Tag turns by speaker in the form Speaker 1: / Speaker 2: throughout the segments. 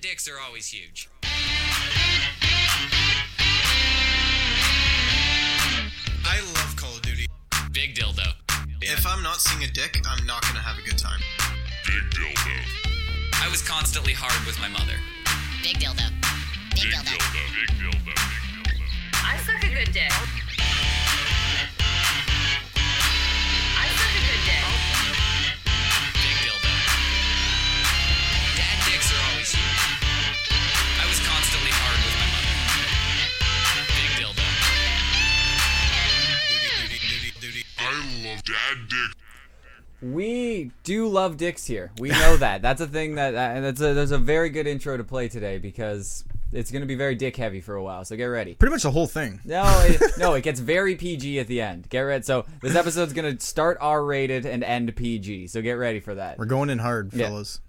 Speaker 1: dicks are always huge.
Speaker 2: I love Call of Duty.
Speaker 1: Big dildo.
Speaker 2: If I'm not seeing a dick, I'm not gonna have a good time.
Speaker 3: Big dildo.
Speaker 1: I was constantly hard with my mother.
Speaker 4: Big dildo. Big
Speaker 3: Big
Speaker 4: dildo.
Speaker 3: dildo. Big dildo. Big dildo.
Speaker 5: I suck a good dick. I suck a good dick.
Speaker 1: Big dildo. Dad dicks are always huge. I was constantly hard with my mother. Big dildo.
Speaker 2: Duty, duty, duty, duty.
Speaker 3: I love dad dick.
Speaker 6: We do love dicks here. We know that. That's a thing that uh, that's a that's a very good intro to play today because it's going to be very dick heavy for a while. So get ready.
Speaker 7: Pretty much the whole thing.
Speaker 6: No, it, no, it gets very PG at the end. Get ready. So this episode's going to start R rated and end PG. So get ready for that.
Speaker 7: We're going in hard, fellas.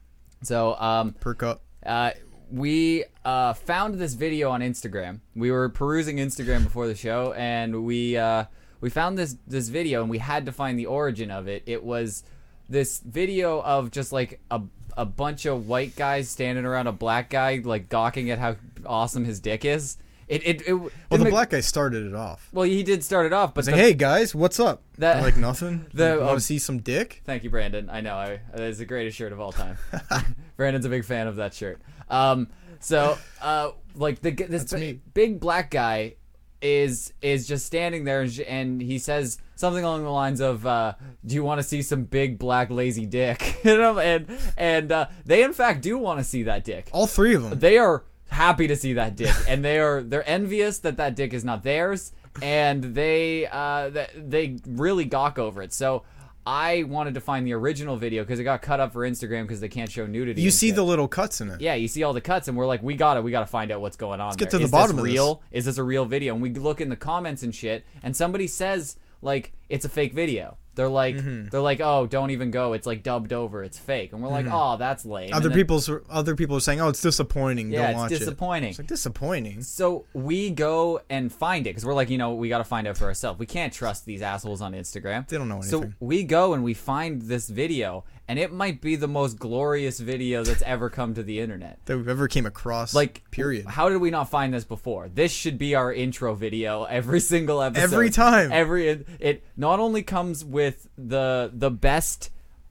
Speaker 6: So um,
Speaker 7: Perk up.
Speaker 6: uh, we uh, found this video on Instagram. We were perusing Instagram before the show, and we uh, we found this this video, and we had to find the origin of it. It was this video of just like a a bunch of white guys standing around a black guy, like gawking at how awesome his dick is. It it, it well
Speaker 7: Well, the black guy started it off.
Speaker 6: well he did start it off, but
Speaker 7: He's
Speaker 6: the-
Speaker 7: like, hey guys, what's up?
Speaker 6: That-
Speaker 7: They're like nothing.
Speaker 6: The-
Speaker 7: you
Speaker 6: oh.
Speaker 7: want to see some dick?
Speaker 6: Thank you, Brandon. I know I, that is the greatest shirt of all time. Brandon's a big fan of that shirt. Um, so uh, like the g- this bi-
Speaker 7: me.
Speaker 6: big black guy is is just standing there and sh- and he says something along the lines of uh, do you want to see some big black lazy dick You know, and and uh, they in fact do want to see that dick
Speaker 7: All three of them.
Speaker 6: they are happy to see that dick and they are they're envious that that dick is not theirs and they uh th- they really gawk over it so i wanted to find the original video because it got cut up for instagram because they can't show nudity
Speaker 7: you
Speaker 6: and
Speaker 7: see
Speaker 6: shit.
Speaker 7: the little cuts in it.
Speaker 6: yeah you see all the cuts and we're like we gotta we gotta find out what's going on Let's
Speaker 7: get to the bottom
Speaker 6: this
Speaker 7: of this.
Speaker 6: real is this a real video and we look in the comments and shit and somebody says like it's a fake video they're like
Speaker 7: Mm-hmm.
Speaker 6: they're like oh don't even go it's like dubbed over it's fake and we're like oh that's lame
Speaker 7: Mm-hmm. Other
Speaker 6: people.
Speaker 7: people's other people are saying, "Oh, it's disappointing.
Speaker 6: Yeah,
Speaker 7: Don't
Speaker 6: it's
Speaker 7: watch
Speaker 6: disappointing.
Speaker 7: it." It's like disappointing.
Speaker 6: So we go and find it because we're like, you know, we got to find out for ourselves. We can't trust these assholes on Instagram.
Speaker 7: They don't know
Speaker 6: So
Speaker 7: anything.
Speaker 6: we go and we find this video, and it might be the most glorious video that's ever come to the internet.
Speaker 7: That we've ever came across.
Speaker 6: Like,
Speaker 7: period.
Speaker 6: How did we not find this before? This should be our intro video every single episode.
Speaker 7: Every time.
Speaker 6: Every it, it not only comes with the the best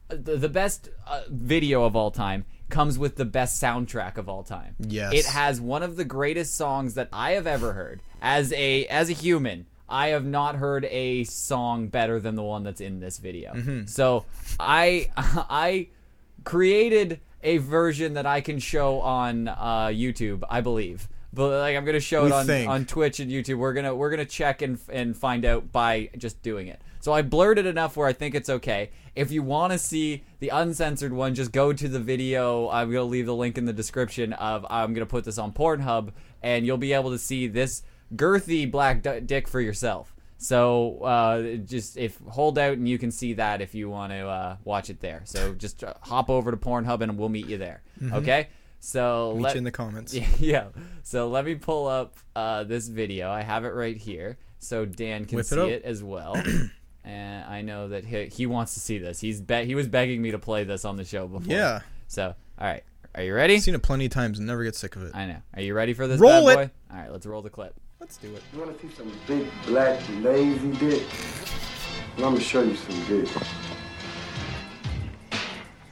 Speaker 6: the, the best uh, video of all time comes with the best soundtrack of all time.
Speaker 7: Yes.
Speaker 6: It has one of the greatest songs that I have ever heard as a as a human. I have not heard a song better than the one that's in this video.
Speaker 7: Mm-hmm.
Speaker 6: So I I created a version that I can show on uh, YouTube, I believe. But like I'm gonna show
Speaker 7: We
Speaker 6: it on,
Speaker 7: think.
Speaker 6: on Twitch and YouTube. We're gonna we're gonna check and and find out by just doing it. So I blurred it enough where I think it's okay. If you want to see the uncensored one, just go to the video. I'm gonna leave the link in the description of. I'm gonna put this on Pornhub, and you'll be able to see this girthy black d- dick for yourself. So uh, just if hold out and you can see that if you want to uh, watch it there. So just uh, hop over to Pornhub and we'll meet you there. Okay. So
Speaker 7: Mm-hmm. Meet
Speaker 6: let-
Speaker 7: you in the comments.
Speaker 6: yeah. So let me pull up uh, this video. I have it right here, so Dan can
Speaker 7: Whip it
Speaker 6: see
Speaker 7: up.
Speaker 6: it as well. and I know that he, he wants to see this. He's be- he was begging me to play this on the show before.
Speaker 7: Yeah.
Speaker 6: So all right, are you ready?
Speaker 7: I've seen it plenty of times and never get sick of it.
Speaker 6: I know. Are you ready for this
Speaker 7: Roll
Speaker 6: bad
Speaker 7: it.
Speaker 6: boy? All right, let's roll the clip.
Speaker 7: Let's do it.
Speaker 8: You wanna see some big black lazy dick? Well, I'm gonna show you some dick.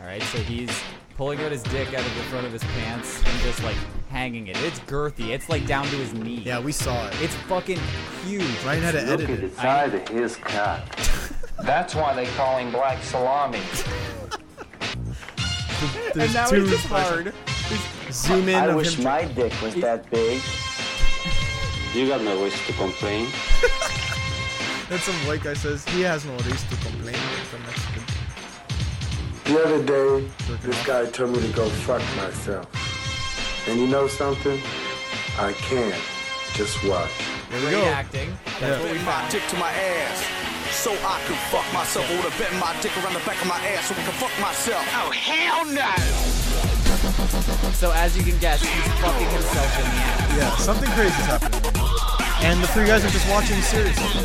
Speaker 6: All right, so he's pulling out his dick out of the front of his pants and just like hanging it. It's girthy. It's like down to his knee.
Speaker 7: Yeah, we saw it.
Speaker 6: It's fucking huge.
Speaker 7: Ryan had to edit it.
Speaker 9: side of his cock. That's why they call him Black Salami.
Speaker 7: There's
Speaker 6: And now
Speaker 7: two
Speaker 6: he's just
Speaker 7: expressions.
Speaker 6: hard.
Speaker 7: Zoom in
Speaker 9: I
Speaker 7: of
Speaker 9: wish
Speaker 7: him.
Speaker 9: my dick was that big. You got no wish to complain.
Speaker 7: That's some white guy says he has no reason to complain. It's a Mexican.
Speaker 8: The other day, this guy told me to go fuck myself. And you know something? I can't. Just watch.
Speaker 7: There we
Speaker 6: Great
Speaker 7: go.
Speaker 6: acting. That's
Speaker 7: Yeah.
Speaker 6: what we found.
Speaker 10: dick to my ass. So I could fuck myself. I would have bent my dick around the back of my ass so I could fuck myself. Oh, hell no!
Speaker 6: So as you can guess, he's fucking himself in the ass.
Speaker 7: Yeah, something crazy is happening. And the three guys are just watching seriously.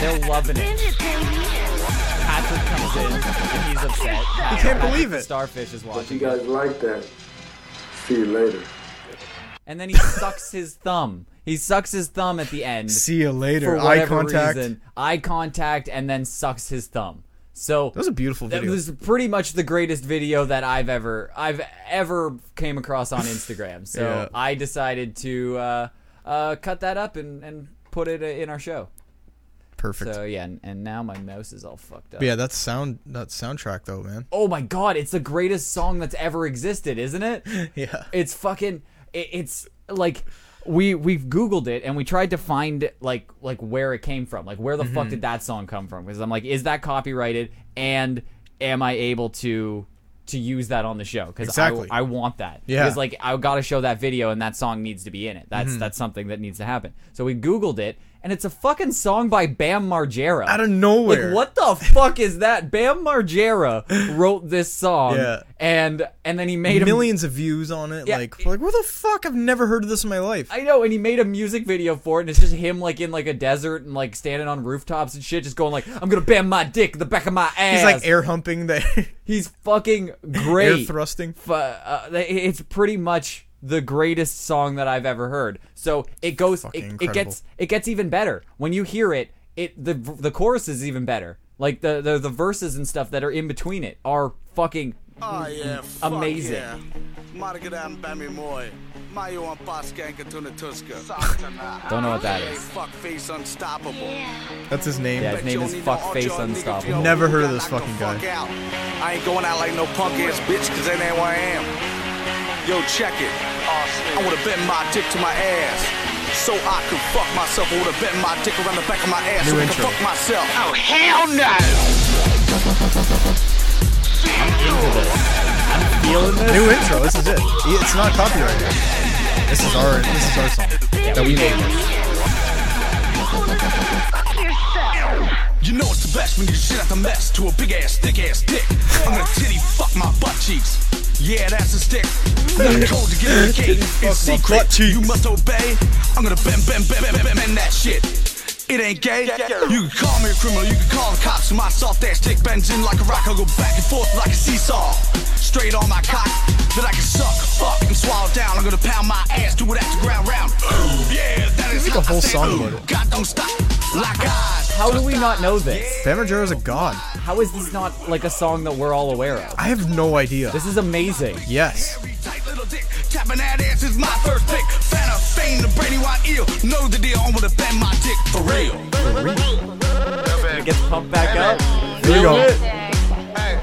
Speaker 6: They're loving it. Patrick comes in and he's upset. I
Speaker 7: can't believe it.
Speaker 6: Starfish is
Speaker 8: If you
Speaker 6: watching.
Speaker 8: guys like that, see you later.
Speaker 6: and then he sucks his thumb. He sucks his thumb at the end.
Speaker 7: See you later.
Speaker 6: for
Speaker 7: Eye
Speaker 6: whatever
Speaker 7: contact.
Speaker 6: reason. Eye contact, and then sucks his thumb. So
Speaker 7: That was a beautiful
Speaker 6: that
Speaker 7: video.
Speaker 6: was pretty much the greatest video that I've ever I've ever came across on Instagram. So
Speaker 7: Yeah.
Speaker 6: I decided to uh, uh, cut that up and, and put it in our show.
Speaker 7: Perfect.
Speaker 6: So yeah, and, and now my mouse is all fucked up.
Speaker 7: But yeah, that sound that soundtrack though, man.
Speaker 6: Oh my god, it's the greatest song that's ever existed, isn't it?
Speaker 7: Yeah.
Speaker 6: It's fucking. It, it's like we we've googled it and we tried to find like like where it came from. Like where the fuck
Speaker 7: Mm-hmm.
Speaker 6: did that song come from? Because I'm like, is that copyrighted? And am I able to to use that on the show? Because
Speaker 7: Exactly.
Speaker 6: I, want that.
Speaker 7: Yeah. Mm-hmm.
Speaker 6: Because like I got to show that video and that song needs to be in it. That's that's something that needs to happen. So we googled it. And it's a fucking song by Bam Margera.
Speaker 7: Out of nowhere.
Speaker 6: Like, what the fuck is that? Bam Margera wrote this song,
Speaker 7: Yeah.
Speaker 6: and and then he made a
Speaker 7: Millions of views on it.
Speaker 6: Yeah.
Speaker 7: Like, like where the fuck? I've never heard of this in my life.
Speaker 6: I know, and he made a music video for it, and it's just him like in like a desert and like standing on rooftops and shit, just going like, "I'm gonna bam my dick in the back of my ass."
Speaker 7: He's like air humping the
Speaker 6: He's fucking
Speaker 7: air
Speaker 6: great.
Speaker 7: thrusting.
Speaker 6: Fu- uh, it's pretty much the greatest song that I've ever heard. So it goes,
Speaker 7: Fucking
Speaker 6: it, it
Speaker 7: incredible.
Speaker 6: gets, it gets even better when you hear it. It the the chorus is even better. Like the the, the verses and stuff that are in between it are fucking
Speaker 10: Oh, yeah, fuck
Speaker 6: amazing.
Speaker 10: Yeah. Margadam Bami Moy. Mayo on Baskanka Tunatuska. Satana.
Speaker 6: Don't know what that is.
Speaker 10: Fuck face unstoppable.
Speaker 7: That's his name.
Speaker 6: Yeah, his name is Fuckface Unstoppable.
Speaker 7: Never heard of this fucking guy.
Speaker 10: I ain't going out like no punk ass bitch, cause that ain't who I am. Yo, check it. I would've bent my dick to my ass. So I could fuck myself. I would've bent my dick around the back of my ass. so
Speaker 7: New
Speaker 10: I could
Speaker 7: intro.
Speaker 10: fuck myself. Oh, hell no!
Speaker 6: Feeling this?
Speaker 7: New intro. This is it. It's not copyrighted. This is our this is our song that we made.
Speaker 10: You know it's the best when you shit out the mess to a big ass, thick ass dick. I'm gonna titty fuck my butt cheeks. Yeah, that's a stick. Nothing cold to get in the cake.
Speaker 7: Fuck my
Speaker 10: In
Speaker 7: butt
Speaker 10: secret,
Speaker 7: cheeks.
Speaker 10: you must obey. I'm gonna bend, bend, bend, bend, bend, bend that shit. It ain't gay. You can call me a criminal, you can call the cops. My soft ass dick bends in like a rock. I'll go back and forth like a seesaw. Straight on my cock that I can suck, fuck, and swallow down. I'm gonna pound my ass, do it at the ground round. Ooh, yeah, that is
Speaker 7: Make a whole
Speaker 10: how I say
Speaker 7: song
Speaker 10: ooh.
Speaker 7: about it.
Speaker 10: God don't stop. Like eyes.
Speaker 6: How do we not know this?
Speaker 7: Bam Margera's a god.
Speaker 6: How is this not like a song that we're all aware of?
Speaker 7: I have no idea.
Speaker 6: This is amazing.
Speaker 7: Yes.
Speaker 10: Every tight little dick, tapping that ass is my first pick. Fan of fame, the Brady White eel. Know the deal, I'm gonna bend my dick for real.
Speaker 6: It gets pumped back up.
Speaker 7: Here we go.
Speaker 10: I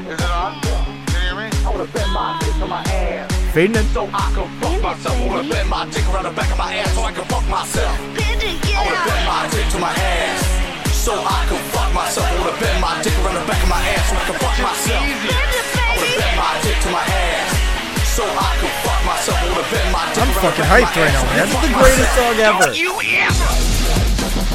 Speaker 10: wanna bend my dick on my ass.
Speaker 7: Fading it.
Speaker 10: So I can fuck myself. I wanna bend my dick around the back of my ass so I can fuck myself. I wanna bend my dick to my ass. So I can fuck myself. I wanna bend my dick around the back of my ass so I can fuck myself. I wanna bend my dick to my ass. So I can fuck myself. I wanna bend my dick
Speaker 7: I'm
Speaker 10: around the
Speaker 7: fucking
Speaker 10: back of
Speaker 7: hyped
Speaker 10: my
Speaker 7: right
Speaker 10: ass
Speaker 7: now, man.
Speaker 10: so I can
Speaker 7: This is
Speaker 10: fuck
Speaker 7: the greatest
Speaker 10: myself.
Speaker 7: song ever.
Speaker 10: You ever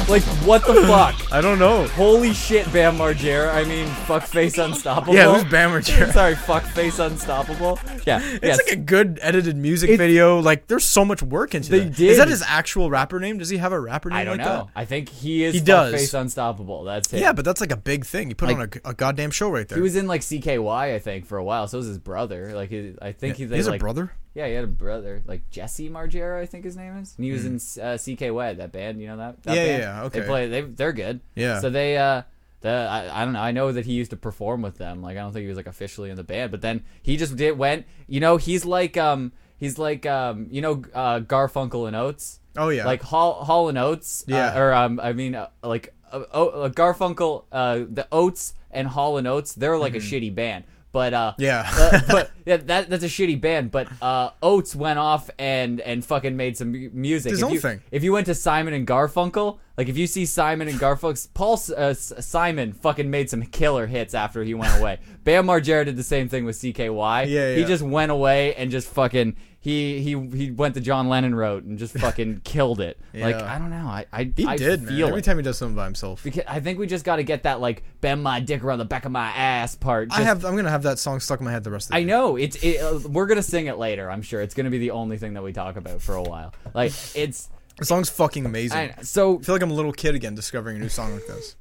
Speaker 6: Like what the fuck?
Speaker 7: I don't know.
Speaker 6: Holy shit, Bam Margera. I mean, fuckface unstoppable.
Speaker 7: Yeah, who's Bam Margera?
Speaker 6: Sorry, fuckface unstoppable. Yeah,
Speaker 7: It's
Speaker 6: yes.
Speaker 7: like a good edited music
Speaker 6: It-
Speaker 7: video. Like there's so much work into
Speaker 6: They
Speaker 7: that. Is
Speaker 6: did.
Speaker 7: that his actual rapper name? Does he have a rapper name
Speaker 6: I don't
Speaker 7: like
Speaker 6: know. I think he is
Speaker 7: He does.
Speaker 6: fuckface unstoppable. That's
Speaker 7: that?
Speaker 6: it.
Speaker 7: Yeah, but that's like a big thing. You put
Speaker 6: Like-
Speaker 7: on a, a goddamn show right there.
Speaker 6: he was in like CKY, I think, for a while. So was his brother. Like, his, I think he.
Speaker 7: He
Speaker 6: they,
Speaker 7: has
Speaker 6: like-
Speaker 7: a brother.
Speaker 6: Yeah, he had a brother, like Jesse Margera, I think his name is, and he was in uh, CKY, that band. You know that? that
Speaker 7: Hmm. Yeah,
Speaker 6: band?
Speaker 7: yeah, okay.
Speaker 6: They play. They they're good.
Speaker 7: Yeah.
Speaker 6: So they uh, the I, I don't know. I know that he used to perform with them. Like I don't think he was like officially in the band, but then he just did went. You know, he's like um. He's like, um, you know, uh, Garfunkel and Oates.
Speaker 7: Oh, yeah.
Speaker 6: Like Hall, Hall and Oates. uh,
Speaker 7: Yeah.
Speaker 6: or um, I mean, uh, like uh, o- uh, Garfunkel, uh, the Oates and Hall and Oates. They're like
Speaker 7: Hmm.
Speaker 6: a shitty band, but uh,
Speaker 7: Yeah.
Speaker 6: uh, but yeah, that that's a shitty band. But uh, Oates went off and and fucking made some mu- music.
Speaker 7: His
Speaker 6: if
Speaker 7: own
Speaker 6: you,
Speaker 7: thing.
Speaker 6: If you went to Simon and Garfunkel, like if you see Simon and Garfunkel, Paul S- uh, S- Simon fucking made some killer hits after he went away. Bam Margera did the same thing with CKY.
Speaker 7: Yeah,
Speaker 6: He
Speaker 7: yeah.
Speaker 6: just went away and just fucking. He, he he went the John Lennon route and just fucking killed it. Like
Speaker 7: Yeah.
Speaker 6: I don't know, I I,
Speaker 7: He
Speaker 6: I
Speaker 7: did, man.
Speaker 6: feel
Speaker 7: Every
Speaker 6: it.
Speaker 7: time he does something by himself.
Speaker 6: Because I think we just got to get that like bend my dick around the back of my ass part.
Speaker 7: I
Speaker 6: just-
Speaker 7: have. I'm gonna have that song stuck in my head the rest of the.
Speaker 6: I
Speaker 7: day.
Speaker 6: know it's. It, uh, we're gonna sing it later. I'm sure it's gonna be the only thing that we talk about for a while. Like it's.
Speaker 7: The song's fucking amazing.
Speaker 6: I,
Speaker 7: I,
Speaker 6: so
Speaker 7: feel like I'm a little kid again discovering a new song like this.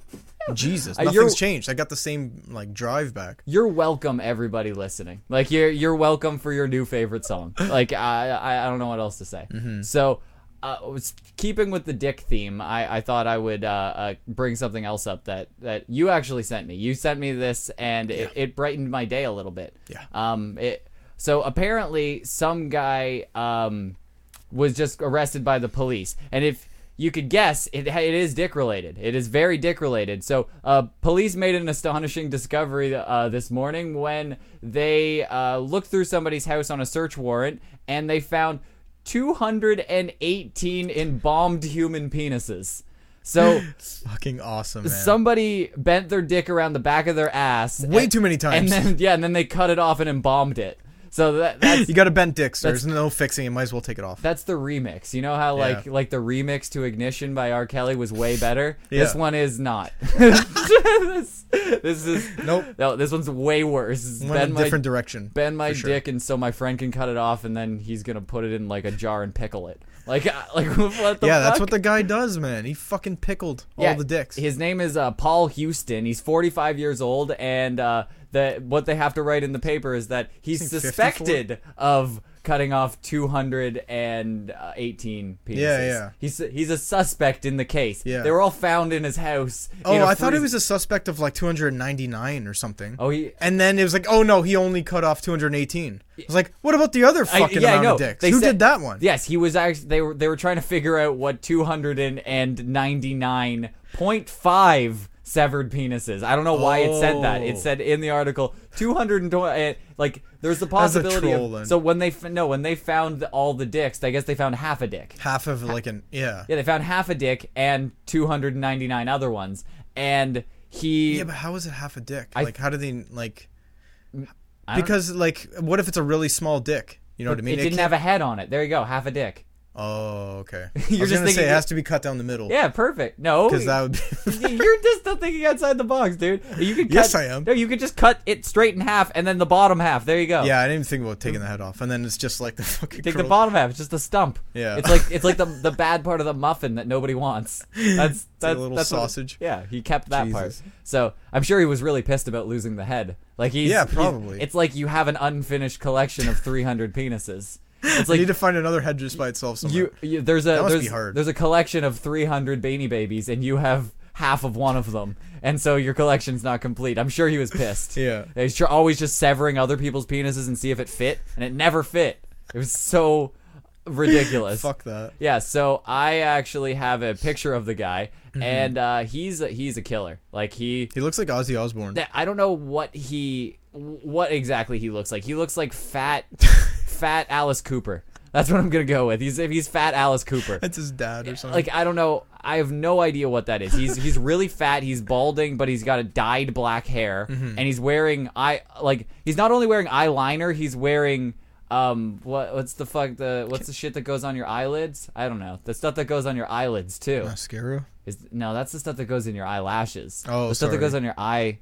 Speaker 7: Jesus,
Speaker 6: Uh,
Speaker 7: nothing's
Speaker 6: you're-
Speaker 7: changed. I got the same like drive back.
Speaker 6: you're welcome, everybody listening. Like you're you're welcome for your new favorite song. Like I I, I don't know what else to say. So, uh, was keeping with the dick theme, I, I thought I would uh, uh, bring something else up that that you actually sent me. You sent me this, and it, it brightened my day a little bit.
Speaker 7: Yeah.
Speaker 6: Um. It. So apparently, some guy um was just arrested by the police. And if you could guess, it, it is dick related. It is very dick related. So, uh, police made an astonishing discovery uh, this morning when they uh, looked through somebody's house on a search warrant and they found 218 embalmed human penises. So,
Speaker 7: Fucking awesome, man.
Speaker 6: somebody bent their dick around the back of their ass
Speaker 7: Way
Speaker 6: and-
Speaker 7: too many times.
Speaker 6: And then, yeah, and then they cut it off and embalmed it. So that, that's
Speaker 7: you got to bend dicks.
Speaker 6: That's-
Speaker 7: There's no fixing. it. might as well take it off.
Speaker 6: that's the remix. You know how like
Speaker 7: Yeah.
Speaker 6: like the remix to Ignition by R. Kelly was way better.
Speaker 7: Yeah.
Speaker 6: This one is not. this, this is
Speaker 7: Nope.
Speaker 6: No, this one's way worse. It's
Speaker 7: Went in
Speaker 6: bend
Speaker 7: a
Speaker 6: my
Speaker 7: different direction.
Speaker 6: bend my
Speaker 7: for sure.
Speaker 6: dick, and so my friend can cut it off, and then he's gonna put it in like a jar and pickle it. Like uh, like what the
Speaker 7: Yeah, that's
Speaker 6: fuck?
Speaker 7: what the guy does, man. He fucking pickled all the dicks.
Speaker 6: His name is uh, Paul Houston. He's 45 years old, and uh, the what they have to write in the paper is that he's
Speaker 7: Isn't he
Speaker 6: suspected of cutting off 218 penises.
Speaker 7: Yeah, yeah.
Speaker 6: He's he's a suspect in the case.
Speaker 7: Yeah.
Speaker 6: They were all found in his house. in
Speaker 7: oh,
Speaker 6: a
Speaker 7: I thought he
Speaker 6: freeze-
Speaker 7: was a suspect of like 299 or something.
Speaker 6: Oh, he-
Speaker 7: And then it was like, oh no, he only cut off 218. I was like, what about the other
Speaker 6: I-
Speaker 7: fucking
Speaker 6: yeah, I
Speaker 7: amount
Speaker 6: know.
Speaker 7: of dicks?
Speaker 6: They
Speaker 7: Who
Speaker 6: said-
Speaker 7: did that one?
Speaker 6: Yes, he was actually they were they were trying to figure out what 299.5 severed penises. I don't know why it said that. It
Speaker 7: Oh.
Speaker 6: said in the article 220 eh, like there's the
Speaker 7: That's a
Speaker 6: possibility
Speaker 7: troll,
Speaker 6: of,
Speaker 7: then.
Speaker 6: so when they f- no when they found all the dicks, I guess they found half a dick.
Speaker 7: Half of like an yeah.
Speaker 6: Yeah, they found half a dick and 299 other ones and he
Speaker 7: Yeah, but how is it half a dick?
Speaker 6: I- Mm,
Speaker 7: like, how do they like?
Speaker 6: don't-
Speaker 7: Because like, what if it's a really small dick? You know what I mean?
Speaker 6: it didn't have a head on it. There you go, half a dick.
Speaker 7: a. Oh, okay.
Speaker 6: You're
Speaker 7: I was
Speaker 6: just
Speaker 7: gonna
Speaker 6: thinking-
Speaker 7: say it has to be cut down the middle.
Speaker 6: Yeah, oh, perfect. No.
Speaker 7: Because that would. Be...
Speaker 6: You're just still thinking outside the box, dude. You could cut,
Speaker 7: Yes, I am.
Speaker 6: No, you could just cut it straight in half, and then the bottom half. There you go.
Speaker 7: yeah, I didn't even think about taking the head off, and then it's just like the fucking.
Speaker 6: Take the
Speaker 7: curl-
Speaker 6: bottom half. It's just a stump.
Speaker 7: Yeah.
Speaker 6: It's like it's like the the bad part of the muffin that nobody wants. That's that's
Speaker 7: like a little
Speaker 6: that's what-
Speaker 7: sausage.
Speaker 6: yeah, he kept that part.
Speaker 7: Jesus.
Speaker 6: So I'm sure he was really pissed about losing the head. Like he's
Speaker 7: Yeah,
Speaker 6: he's-
Speaker 7: probably.
Speaker 6: it's like you have an unfinished collection of 300 penises. It's
Speaker 7: I
Speaker 6: like
Speaker 7: need to find another head just by itself somewhere.
Speaker 6: you, you there's a
Speaker 7: That must
Speaker 6: there's,
Speaker 7: be hard.
Speaker 6: there's a collection of 300 beanie babies and you have half of one of them and so your collection's not complete i'm sure he was pissed
Speaker 7: Yeah.
Speaker 6: he's tr- always just severing other people's penises and see if it fit and it never fit it was so ridiculous
Speaker 7: Fuck that.
Speaker 6: yeah, so I actually have a picture of the guy,
Speaker 7: Mm-hmm.
Speaker 6: and uh, he's a, he's a killer. Like he
Speaker 7: He looks like Ozzy Osbourne.
Speaker 6: that- I don't know what he what exactly he looks like. He looks like fat fat Alice Cooper. That's what I'm gonna go with. He's if he's fat Alice Cooper.
Speaker 7: That's his dad or something.
Speaker 6: Like I don't know. I have no idea what that is. He's he's really fat. He's balding, but he's got a dyed black hair,
Speaker 7: Mm-hmm.
Speaker 6: and he's wearing eye like he's not only wearing eyeliner. He's wearing um what what's the fuck the what's the shit that goes on your eyelids? I don't know the stuff that goes on your eyelids too.
Speaker 7: Uh, mascara.
Speaker 6: Is no that's the stuff that goes in your eyelashes.
Speaker 7: Oh,
Speaker 6: the stuff that
Speaker 7: sorry.
Speaker 6: goes on your eye.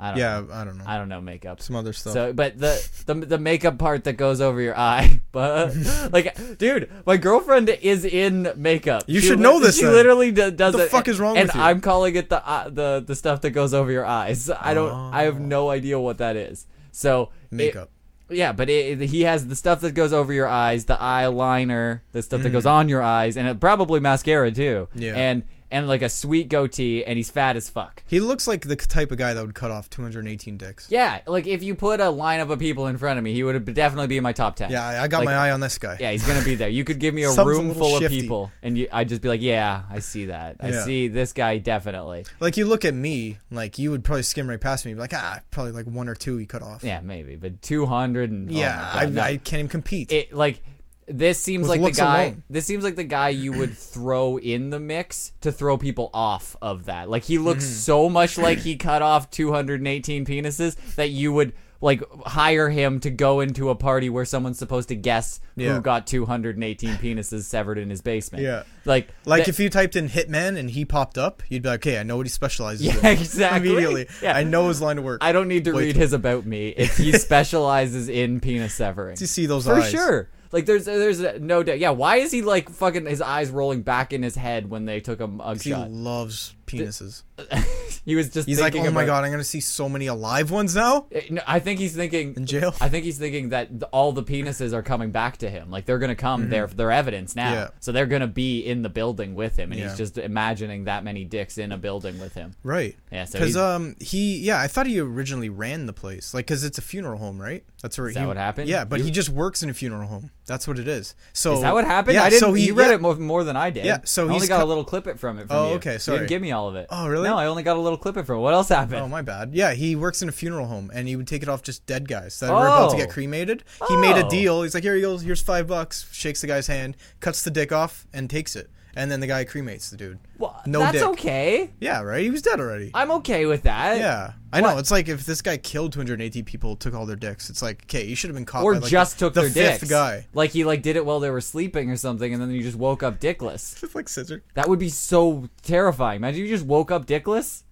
Speaker 6: I don't
Speaker 7: Yeah, I don't know.
Speaker 6: I don't know makeup.
Speaker 7: Some other stuff.
Speaker 6: So, but the, the the makeup part that goes over your eye, but like, dude, my girlfriend is in makeup.
Speaker 7: You should know
Speaker 6: lit-
Speaker 7: this
Speaker 6: She
Speaker 7: then.
Speaker 6: literally d- does
Speaker 7: The
Speaker 6: it.
Speaker 7: fuck is wrong
Speaker 6: and
Speaker 7: with you?
Speaker 6: I'm calling it the uh, the the stuff that goes over your eyes. I don't. I have no idea what that is. So it-
Speaker 7: Ah. Makeup.
Speaker 6: yeah, but it, it- he has the stuff that goes over your eyes, the eyeliner, the stuff that goes on your eyes, and it, probably mascara too.
Speaker 7: Mm. Yeah.
Speaker 6: And and like a sweet goatee, and he's fat as fuck.
Speaker 7: he looks like the type of guy that would cut off 218 dicks.
Speaker 6: Yeah, like if you put a lineup of people in front of me, he would have definitely be in my top ten.
Speaker 7: Yeah, I- I got
Speaker 6: Like,
Speaker 7: my eye on this guy.
Speaker 6: Yeah, he's gonna be there. You could give me a
Speaker 7: Something's a
Speaker 6: room
Speaker 7: little
Speaker 6: full
Speaker 7: shifty.
Speaker 6: of people, and you, I'd just be like, "Yeah, I see that. I
Speaker 7: Yeah.
Speaker 6: see this guy definitely.
Speaker 7: Like you look at me, like you would probably skim right past me, be like ah, probably like one or two he cut off.
Speaker 6: Yeah, maybe, but two hundred and oh my
Speaker 7: yeah.
Speaker 6: God,
Speaker 7: I,
Speaker 6: no.
Speaker 7: I can't even compete.
Speaker 6: it like this seems
Speaker 7: With
Speaker 6: like the
Speaker 7: looks
Speaker 6: guy.
Speaker 7: alone.
Speaker 6: This seems like the guy you would throw in the mix to throw people off of that. Like he looks
Speaker 7: Mm-hmm.
Speaker 6: so much like he cut off two hundred and eighteen penises that you would like hire him to go into a party where someone's supposed to guess
Speaker 7: Yeah.
Speaker 6: who got two hundred and eighteen penises severed in his basement.
Speaker 7: Yeah.
Speaker 6: like
Speaker 7: like
Speaker 6: that-
Speaker 7: if you typed in hitman and he popped up, you'd be like, okay, I know what he specializes
Speaker 6: Yeah,
Speaker 7: in.
Speaker 6: exactly.
Speaker 7: Immediately,
Speaker 6: Yeah.
Speaker 7: I know his line of work.
Speaker 6: I don't need to
Speaker 7: Wait.
Speaker 6: read his about me. If he specializes in penis severing,
Speaker 7: You see those
Speaker 6: for
Speaker 7: eyes.
Speaker 6: sure. Like there's there's no doubt. Yeah, why is he like fucking his eyes rolling back in his head when they took a mug
Speaker 7: He
Speaker 6: shot?
Speaker 7: loves penises.
Speaker 6: He was just
Speaker 7: He's like,
Speaker 6: thinking
Speaker 7: oh my
Speaker 6: about-
Speaker 7: god, I'm gonna see so many alive ones now.
Speaker 6: Eh, no, I think he's thinking
Speaker 7: In jail?
Speaker 6: I think he's thinking that th- all the penises are coming back to him. Like they're gonna come. They're they're evidence now.
Speaker 7: Mm-hmm. Yeah.
Speaker 6: So they're gonna be in the building with him, and
Speaker 7: Yeah.
Speaker 6: he's just imagining that many dicks in a building with him.
Speaker 7: Right.
Speaker 6: Yeah, so
Speaker 7: Because
Speaker 6: he's-
Speaker 7: um he yeah I thought he originally ran the place like because it's a funeral home right that's where
Speaker 6: Is that
Speaker 7: he,
Speaker 6: what happened?
Speaker 7: yeah but
Speaker 6: You-
Speaker 7: he just works in a funeral home that's what it is so
Speaker 6: Is that what happened?
Speaker 7: Oh. yeah
Speaker 6: I didn't.
Speaker 7: so he
Speaker 6: you read
Speaker 7: yeah.
Speaker 6: it more, more than I did.
Speaker 7: Yeah, so
Speaker 6: I only
Speaker 7: he's
Speaker 6: got a
Speaker 7: co-
Speaker 6: little clip it from it. From
Speaker 7: Oh,
Speaker 6: you.
Speaker 7: okay,
Speaker 6: You
Speaker 7: sorry.
Speaker 6: didn't give me all of it.
Speaker 7: Oh, really?
Speaker 6: No, I only got a little clip it from. it. What else happened?
Speaker 7: Oh my bad. Yeah, he works in a funeral home and he would take it off just dead guys that were about to
Speaker 6: Oh.
Speaker 7: get cremated. He made a
Speaker 6: Oh.
Speaker 7: deal. He's like, here you go, here's five bucks. Shakes the guy's hand, cuts the dick off, and takes it. And then the guy cremates the dude.
Speaker 6: Well,
Speaker 7: no
Speaker 6: that's
Speaker 7: dick.
Speaker 6: okay.
Speaker 7: Yeah, right. He was dead already.
Speaker 6: I'm okay with that.
Speaker 7: yeah, I know. It's like if this guy killed 280 people, took all their dicks. It's like, okay, you should have been caught.
Speaker 6: Or
Speaker 7: by, like,
Speaker 6: just
Speaker 7: the,
Speaker 6: took
Speaker 7: the
Speaker 6: their
Speaker 7: fifth
Speaker 6: dicks.
Speaker 7: guy.
Speaker 6: Like he like did it while they were sleeping or something, and then you just woke up dickless.
Speaker 7: It's like scissor.
Speaker 6: That would be so terrifying. Imagine you just woke up dickless.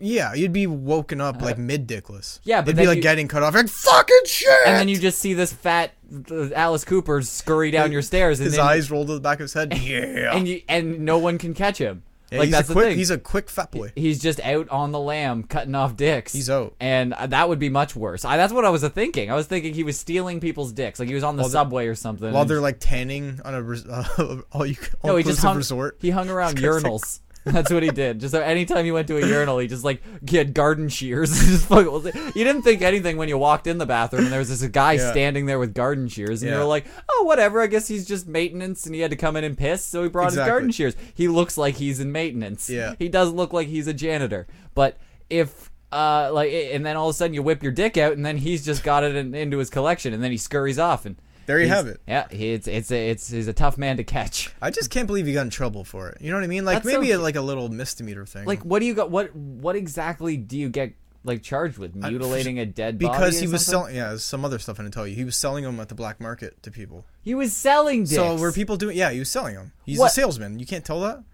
Speaker 7: Yeah, you'd be woken up like mid dickless.
Speaker 6: Uh, yeah, but
Speaker 7: it'd
Speaker 6: then
Speaker 7: be like
Speaker 6: you-
Speaker 7: getting cut off. Like fucking shit.
Speaker 6: And then you just see this fat uh, Alice Cooper scurry down your stairs, and
Speaker 7: His
Speaker 6: then,
Speaker 7: eyes roll to the back of his head. Yeah.
Speaker 6: and you, and no one can catch him.
Speaker 7: Yeah,
Speaker 6: like
Speaker 7: he's
Speaker 6: that's
Speaker 7: a
Speaker 6: the
Speaker 7: quick,
Speaker 6: thing.
Speaker 7: He's a quick fat boy.
Speaker 6: He's just out on the lamb cutting off dicks.
Speaker 7: He's out.
Speaker 6: and uh, that would be much worse. I, that's what I was thinking. I was thinking he was stealing people's dicks, like he was on the subway or something.
Speaker 7: While
Speaker 6: and-
Speaker 7: they're like tanning on a res- uh, all you all
Speaker 6: no, he just hung,
Speaker 7: resort.
Speaker 6: He hung around
Speaker 7: This guy's like-
Speaker 6: urinals. That's what he did. Just so anytime he went to a urinal, he just like he had garden shears. just fucking- you didn't think anything when you walked in the bathroom and there was this guy
Speaker 7: Yeah.
Speaker 6: standing there with garden shears, and you
Speaker 7: Yeah.
Speaker 6: were like, "Oh, whatever. I guess he's just maintenance, and he had to come in and piss, so he brought his
Speaker 7: Exactly.
Speaker 6: garden shears." He looks like he's in maintenance.
Speaker 7: Yeah.
Speaker 6: he does look like he's a janitor. But if uh like, and then all of a sudden you whip your dick out, and then he's just got it in, into his collection, and then he scurries off, and
Speaker 7: There you
Speaker 6: he's-
Speaker 7: have it.
Speaker 6: Yeah, he, it's it's a, it's he's a tough man to catch.
Speaker 7: I just can't believe he got in trouble for it. You know what I mean? Like
Speaker 6: That's so
Speaker 7: maybe
Speaker 6: hu-
Speaker 7: like a little misdemeanor thing.
Speaker 6: Like, what do you got? What what exactly do you get like charged with? Mutilating a dead body?
Speaker 7: Uh, because
Speaker 6: or
Speaker 7: he was
Speaker 6: something?
Speaker 7: selling. Yeah, there's some other stuff I didn't tell you. He was selling them at the black market to people.
Speaker 6: He was selling dicks.
Speaker 7: So were people doing? Yeah, he was selling them. He's a
Speaker 6: What?
Speaker 7: salesman. You can't tell that.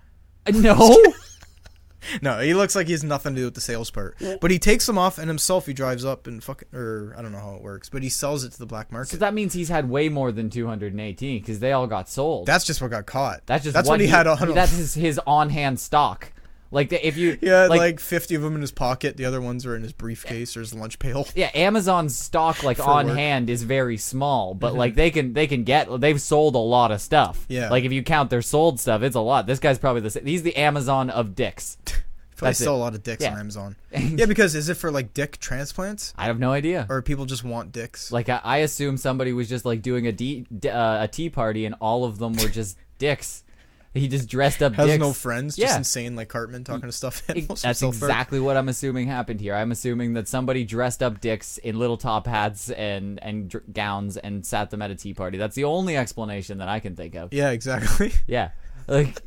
Speaker 6: Uh, No,
Speaker 7: No, he looks like he has nothing to do with the sales part. But he takes them off and himself. He drives up and fucking or I don't know how it works, but he sells it to the black market.
Speaker 6: so that means he's had way more than two hundred and eighteen because they all got sold.
Speaker 7: that's just what got caught.
Speaker 6: that's just
Speaker 7: that's
Speaker 6: what,
Speaker 7: what he, had on. him.
Speaker 6: That's his, his on hand stock. Like the- if you
Speaker 7: Yeah, like, 50 of them in his pocket. The other ones are in his briefcase or his lunch pail.
Speaker 6: yeah, Amazon's stock like on
Speaker 7: work. Mm-hmm.
Speaker 6: hand is very small, but like they can they can get they've sold a lot of stuff.
Speaker 7: Yeah.
Speaker 6: like if you count their sold stuff, it's a lot. This guy's probably the sa- he's the Amazon of dicks.
Speaker 7: Probably
Speaker 6: That's
Speaker 7: sell
Speaker 6: it.
Speaker 7: a lot of dicks
Speaker 6: Yeah.
Speaker 7: on Amazon. yeah, because is it for like dick transplants
Speaker 6: I have no idea.
Speaker 7: or people just want dicks?
Speaker 6: Like I, I assume somebody was just like doing a de- d- uh, a tea party, and all of them were just dicks. He just dressed up.
Speaker 7: Has
Speaker 6: dicks.
Speaker 7: no friends,
Speaker 6: Yeah.
Speaker 7: just insane like Cartman talking to stuffed animals.
Speaker 6: That's
Speaker 7: himself first.
Speaker 6: exactly what I'm assuming happened here. I'm assuming that somebody dressed up dicks in little top hats and and dr- gowns and sat them at a tea party. That's the only explanation that I can think of.
Speaker 7: Yeah, exactly.
Speaker 6: Yeah, like.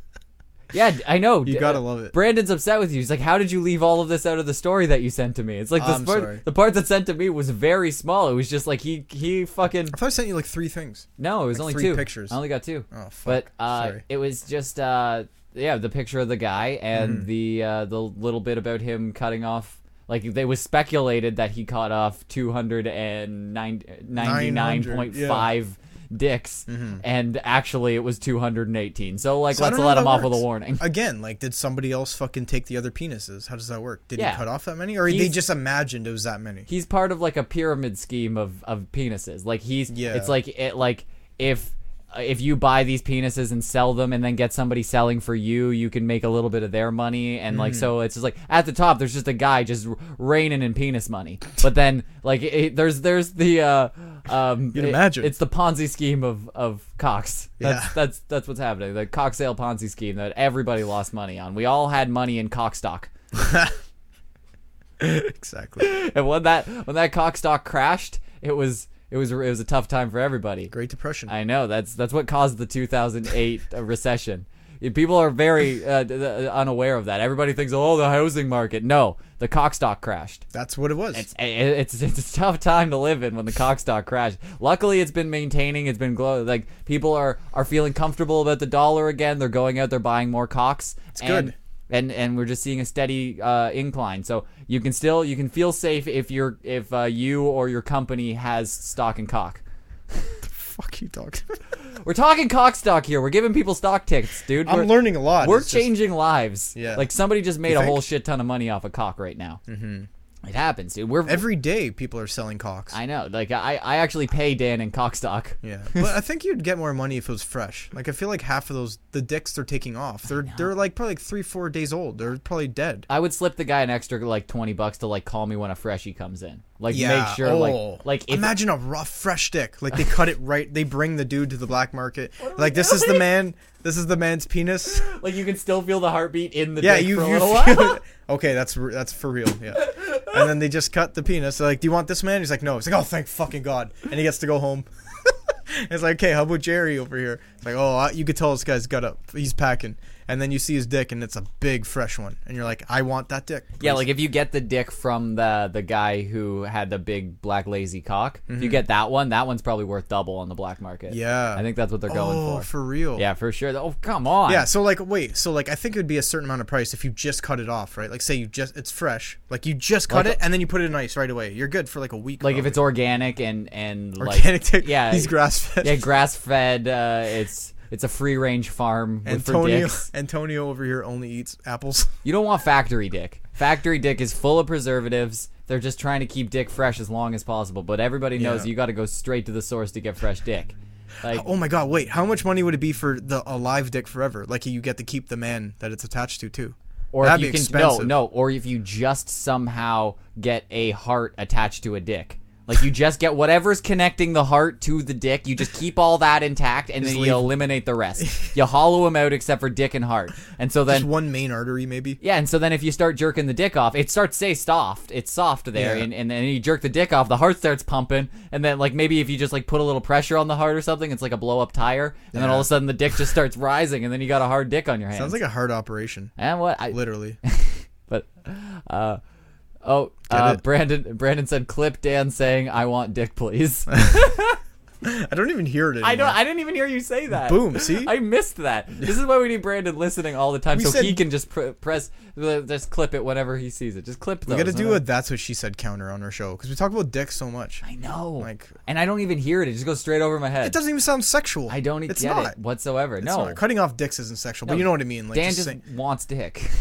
Speaker 6: Yeah, d- I know.
Speaker 7: You gotta love it.
Speaker 6: Brandon's upset with you. He's like, "How did you leave all of this out of the story that you sent to me?" It's like this
Speaker 7: I'm
Speaker 6: part,
Speaker 7: sorry.
Speaker 6: the part that sent to me was very small. It was just like he he fucking
Speaker 7: I thought I sent you like three things.
Speaker 6: no, it was
Speaker 7: Like
Speaker 6: only
Speaker 7: three
Speaker 6: two
Speaker 7: pictures.
Speaker 6: I only got two.
Speaker 7: Oh, fuck.
Speaker 6: But uh,
Speaker 7: Sorry.
Speaker 6: it was just uh, yeah, the picture of the guy and
Speaker 7: Mm.
Speaker 6: the uh, the little bit about him cutting off. Like they was speculated that he cut off two hundred and ninety nine point five dicks, and actually it was two hundred and eighteen. So like,
Speaker 7: Mm-hmm. So I
Speaker 6: let's
Speaker 7: don't know
Speaker 6: let
Speaker 7: how
Speaker 6: him
Speaker 7: that
Speaker 6: off with a
Speaker 7: works.
Speaker 6: warning.
Speaker 7: Again, like, did somebody else fucking take the other penises? How does that work? Did
Speaker 6: Yeah.
Speaker 7: he cut off that many, or they
Speaker 6: He's-
Speaker 7: just imagined it was that many?
Speaker 6: he's part of like a pyramid scheme of of penises. Like he's
Speaker 7: Yeah.
Speaker 6: it's like it like if if you buy these penises and sell them and then get somebody selling for you, you can make a little bit of their money and like so
Speaker 7: Mm-hmm.
Speaker 6: it's just like at the top there's just a guy just raining in penis money. But then like it, it- there's there's the uh um
Speaker 7: You'd
Speaker 6: it-
Speaker 7: imagine.
Speaker 6: it's the Ponzi scheme of of Cox. That's
Speaker 7: Yeah.
Speaker 6: that's that's what's happening. The Cox sale Ponzi scheme that everybody lost money on. We all had money in Cox stock.
Speaker 7: exactly.
Speaker 6: And when that when that cock stock crashed, it was it was it was a tough time for everybody.
Speaker 7: Great Depression.
Speaker 6: I know that's that's what caused the 2008 uh, recession. Yeah, People are very uh, d- d- unaware of that. Everybody thinks, "Oh, the housing market." No, the cock stock crashed.
Speaker 7: That's what it was.
Speaker 6: It's it's it's a tough time to live in when the cock stock crashed. Luckily, it's been maintaining. It's been glow. Like people are are feeling comfortable about the dollar again. They're going out. They're buying more cocks. It's and,
Speaker 7: good.
Speaker 6: And and we're just seeing a steady uh, incline. So you can still you can feel safe if you're if uh, you or your company has stock and cock.
Speaker 7: Fuck. Keep talking.
Speaker 6: We're talking cock stock here. We're giving people stock tickets, dude.
Speaker 7: I'm
Speaker 6: We're-
Speaker 7: learning a lot.
Speaker 6: We're
Speaker 7: It's just-
Speaker 6: changing lives.
Speaker 7: Yeah.
Speaker 6: Like somebody just made
Speaker 7: You
Speaker 6: a
Speaker 7: think?
Speaker 6: whole shit ton of money off a cock right now. Mm-hmm. It happens, dude. We're
Speaker 7: every day. People are selling cocks.
Speaker 6: I know. Like I, I actually pay Dan in cock stock.
Speaker 7: yeah, but I think you'd get more money if it was fresh. Like I feel like half of those the dicks they're taking off, they're they're like probably like three four days old. They're probably dead.
Speaker 6: I would slip the guy an extra like twenty bucks to like call me when a freshie comes in. Like
Speaker 7: Yeah.
Speaker 6: make sure
Speaker 7: Oh.
Speaker 6: like like if
Speaker 7: imagine a rough fresh dick. Like they cut it right. They bring the dude to the black market. Like this is the man. This is the man's penis.
Speaker 6: like you can still feel the heartbeat in the
Speaker 7: Yeah,
Speaker 6: dick
Speaker 7: you,
Speaker 6: for a
Speaker 7: you
Speaker 6: little
Speaker 7: feel
Speaker 6: while.
Speaker 7: it. Okay, that's r- that's for real. Yeah. And then they just cut the penis. They're like, "Do you want this man?" He's like, "No." He's like, "Oh, thank fucking god!" And he gets to go home. it's like, "Okay, how about Jerry over here?" It's like, "Oh, I, you could tell this guy's got up. He's packing." And then you see his dick, and it's a big fresh one. And you're like, "I want that dick."
Speaker 6: Yeah,
Speaker 7: please."
Speaker 6: like if you get the dick from the the guy who had the big black lazy cock, if you get that one, that one's probably worth double on the black market.
Speaker 7: Mm-hmm. Yeah.
Speaker 6: I think that's what they're going
Speaker 7: oh,
Speaker 6: for.
Speaker 7: for real.
Speaker 6: Yeah, for sure. Oh, come on.
Speaker 7: Yeah, so like wait, so like I think it would be a certain amount of price if you just cut it off, right? Like say you just it's fresh, like you just cut
Speaker 6: Like-
Speaker 7: it and then you put it in ice right away. You're good for like a week.
Speaker 6: Like if
Speaker 7: probably.
Speaker 6: it's organic and and
Speaker 7: organic,
Speaker 6: like
Speaker 7: dick,
Speaker 6: yeah,
Speaker 7: he's grass fed.
Speaker 6: yeah, grass fed. Uh, it's it's a free range farm with- for
Speaker 7: Antonio
Speaker 6: dicks.
Speaker 7: Antonio over here only eats apples.
Speaker 6: You don't want factory dick. Factory dick is full of preservatives. They're just trying to keep dick fresh as long as possible. But everybody knows
Speaker 7: Yeah.
Speaker 6: you got to go straight to the source to get fresh dick. Like
Speaker 7: Oh my god, wait, how much money would it be for the a live dick forever? Like you get to keep the man that it's attached to too.
Speaker 6: or
Speaker 7: That'd
Speaker 6: if you
Speaker 7: be
Speaker 6: can
Speaker 7: expensive.
Speaker 6: no no or if you just somehow get a heart attached to a dick like you just get whatever's connecting the heart to the dick you just keep all that intact and then
Speaker 7: leave-
Speaker 6: you eliminate the rest you hollow them out except for dick and heart and so then
Speaker 7: Just one main artery maybe.
Speaker 6: yeah and so then if you start jerking the dick off it starts say soft it's soft there
Speaker 7: Yeah.
Speaker 6: and, and then you jerk the dick off the heart starts pumping and then like maybe if you just like put a little pressure on the heart or something it's like a blow up tire and then all of a sudden the dick just starts rising and then you got a hard dick on your hand
Speaker 7: Sounds like a hard operation.
Speaker 6: and what I,
Speaker 7: Literally.
Speaker 6: but uh oh uh,
Speaker 7: it?
Speaker 6: brandon brandon said clip dan saying i want dick please
Speaker 7: I don't even hear it anymore.
Speaker 6: i don't i didn't even hear you say that
Speaker 7: Boom, see?
Speaker 6: i missed that this is why we need brandon listening all the time
Speaker 7: We
Speaker 6: so
Speaker 7: said-
Speaker 6: he can just pr- press uh, just clip it whenever he sees it just clip
Speaker 7: we
Speaker 6: those
Speaker 7: got to do a
Speaker 6: whenever-
Speaker 7: that's what she said counter on our show because we talk about dick so much.
Speaker 6: I know
Speaker 7: like-
Speaker 6: and i don't even hear it it just goes straight over my head
Speaker 7: It doesn't even sound sexual.
Speaker 6: i don't e-
Speaker 7: it's
Speaker 6: get
Speaker 7: not.
Speaker 6: it whatsoever
Speaker 7: It's
Speaker 6: no
Speaker 7: not. Cutting off dicks isn't sexual, but you know what I mean. Like
Speaker 6: dan
Speaker 7: just
Speaker 6: just
Speaker 7: saying-
Speaker 6: wants dick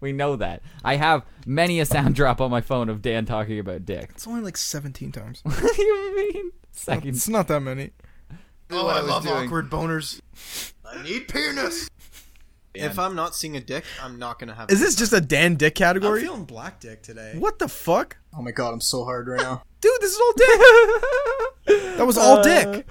Speaker 6: we know that i have many a sound drop on my phone of dan talking about dick
Speaker 7: it's only like 17 times.
Speaker 6: what do you mean second
Speaker 7: it's not that many.
Speaker 2: Oh, I, love awkward boners.
Speaker 8: I need penis.
Speaker 2: If I'm not seeing a dick, I'm not gonna have.
Speaker 7: Is this just a Dan dick
Speaker 2: I'm
Speaker 7: category?
Speaker 2: feeling black dick today.
Speaker 7: What the fuck?
Speaker 2: Oh my god, I'm so hard right now.
Speaker 7: Dude, this is all dick. that was all dick.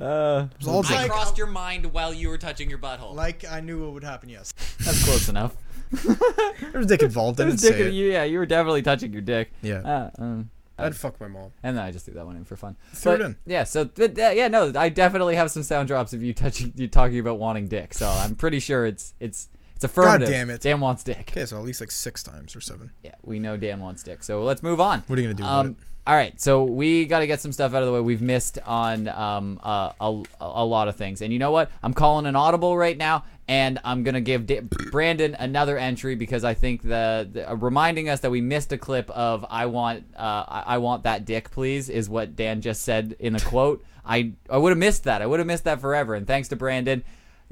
Speaker 6: Uh,
Speaker 7: It was all dick.
Speaker 6: crossed your mind while you were touching your butthole.
Speaker 7: Like I knew what would happen. Yes,
Speaker 6: That's close enough.
Speaker 7: there was dick involved. I didn't
Speaker 6: Dick,
Speaker 7: say it.
Speaker 6: you, yeah, you were definitely touching your dick.
Speaker 7: Yeah.
Speaker 6: Uh, um,
Speaker 7: I'd fuck my mom.
Speaker 6: and then I just threw that one in for fun.
Speaker 7: Threw it
Speaker 6: But,
Speaker 7: in.
Speaker 6: Yeah. So th- th- yeah, no, I definitely have some sound drops of you touching, you talking about wanting dick. So I'm pretty sure it's it's it's affirmative.
Speaker 7: damn it.
Speaker 6: Dan wants dick.
Speaker 7: Okay, so at least like six times or seven.
Speaker 6: Yeah, we know Dan wants dick. So let's move on.
Speaker 7: What are you gonna do about
Speaker 6: Um, All right, so we got to get some stuff out of the way. We've missed on um, uh, a, a lot of things, and you know what? I'm calling an audible right now, and I'm gonna give da- Brandon another entry because I think the, the uh, reminding us that we missed a clip of "I want, uh, I, I want that dick, please" is what Dan just said in the quote. I I would have missed that. I would have missed that forever. And thanks to Brandon,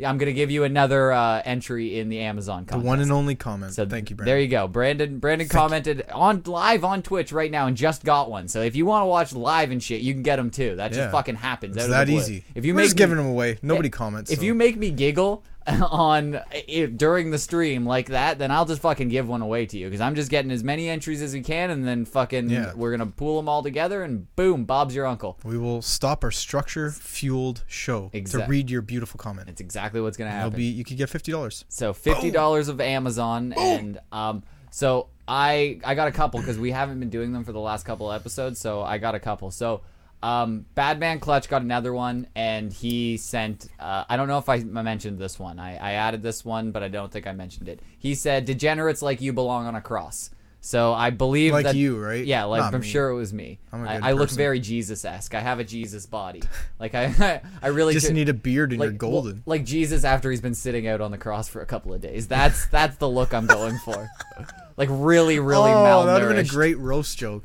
Speaker 6: I'm gonna give you another uh, entry in the Amazon. Contest.
Speaker 7: One and only comment.
Speaker 6: So
Speaker 7: Thank you,
Speaker 6: There
Speaker 7: Brandon.
Speaker 6: you go, Brandon. Brandon commented on live on Twitch right now and just got one. So if you want to watch live and shit, you can get them too. That
Speaker 7: Yeah.
Speaker 6: just fucking happens. out
Speaker 7: It's
Speaker 6: of
Speaker 7: that
Speaker 6: the blue.
Speaker 7: easy.
Speaker 6: If you
Speaker 7: We're
Speaker 6: make
Speaker 7: just
Speaker 6: me-
Speaker 7: giving them away, nobody comments.
Speaker 6: if
Speaker 7: so.
Speaker 6: you make me giggle on if, during the stream like that, then I'll just fucking give one away to you because I'm just getting as many entries as we can, and then fucking
Speaker 7: Yeah.
Speaker 6: we're gonna pool them all together, and boom, Bob's your uncle.
Speaker 7: we will stop our structure fueled show
Speaker 6: Exact-
Speaker 7: to read your beautiful comment.
Speaker 6: It's exactly what's gonna
Speaker 7: It'll
Speaker 6: happen.
Speaker 7: be you could get fifty dollars.
Speaker 6: So fifty dollars of Amazon, and um, so I I got a couple because we haven't been doing them for the last couple of episodes. So I got a couple. So um, Badman Clutch got another one, and he sent. Uh, I don't know if I m- mentioned this one. I I added this one, but I don't think I mentioned it. He said, "Degenerates like you belong on a cross." So I believe
Speaker 7: Like
Speaker 6: that-
Speaker 7: you, right?
Speaker 6: Yeah, like
Speaker 7: Not
Speaker 6: I'm
Speaker 7: me.
Speaker 6: sure it was me.
Speaker 7: I'm a
Speaker 6: I-
Speaker 7: good
Speaker 6: I look
Speaker 7: person.
Speaker 6: very Jesus-esque. I have a Jesus body. Like I, I really
Speaker 7: Just
Speaker 6: ju-
Speaker 7: need a beard and
Speaker 6: like,
Speaker 7: you're golden.
Speaker 6: well, like Jesus after he's been sitting out on the cross for a couple of days. That's that's the look I'm going for. Like really, really
Speaker 7: oh, that would have been a
Speaker 6: malnourished.
Speaker 7: great roast joke.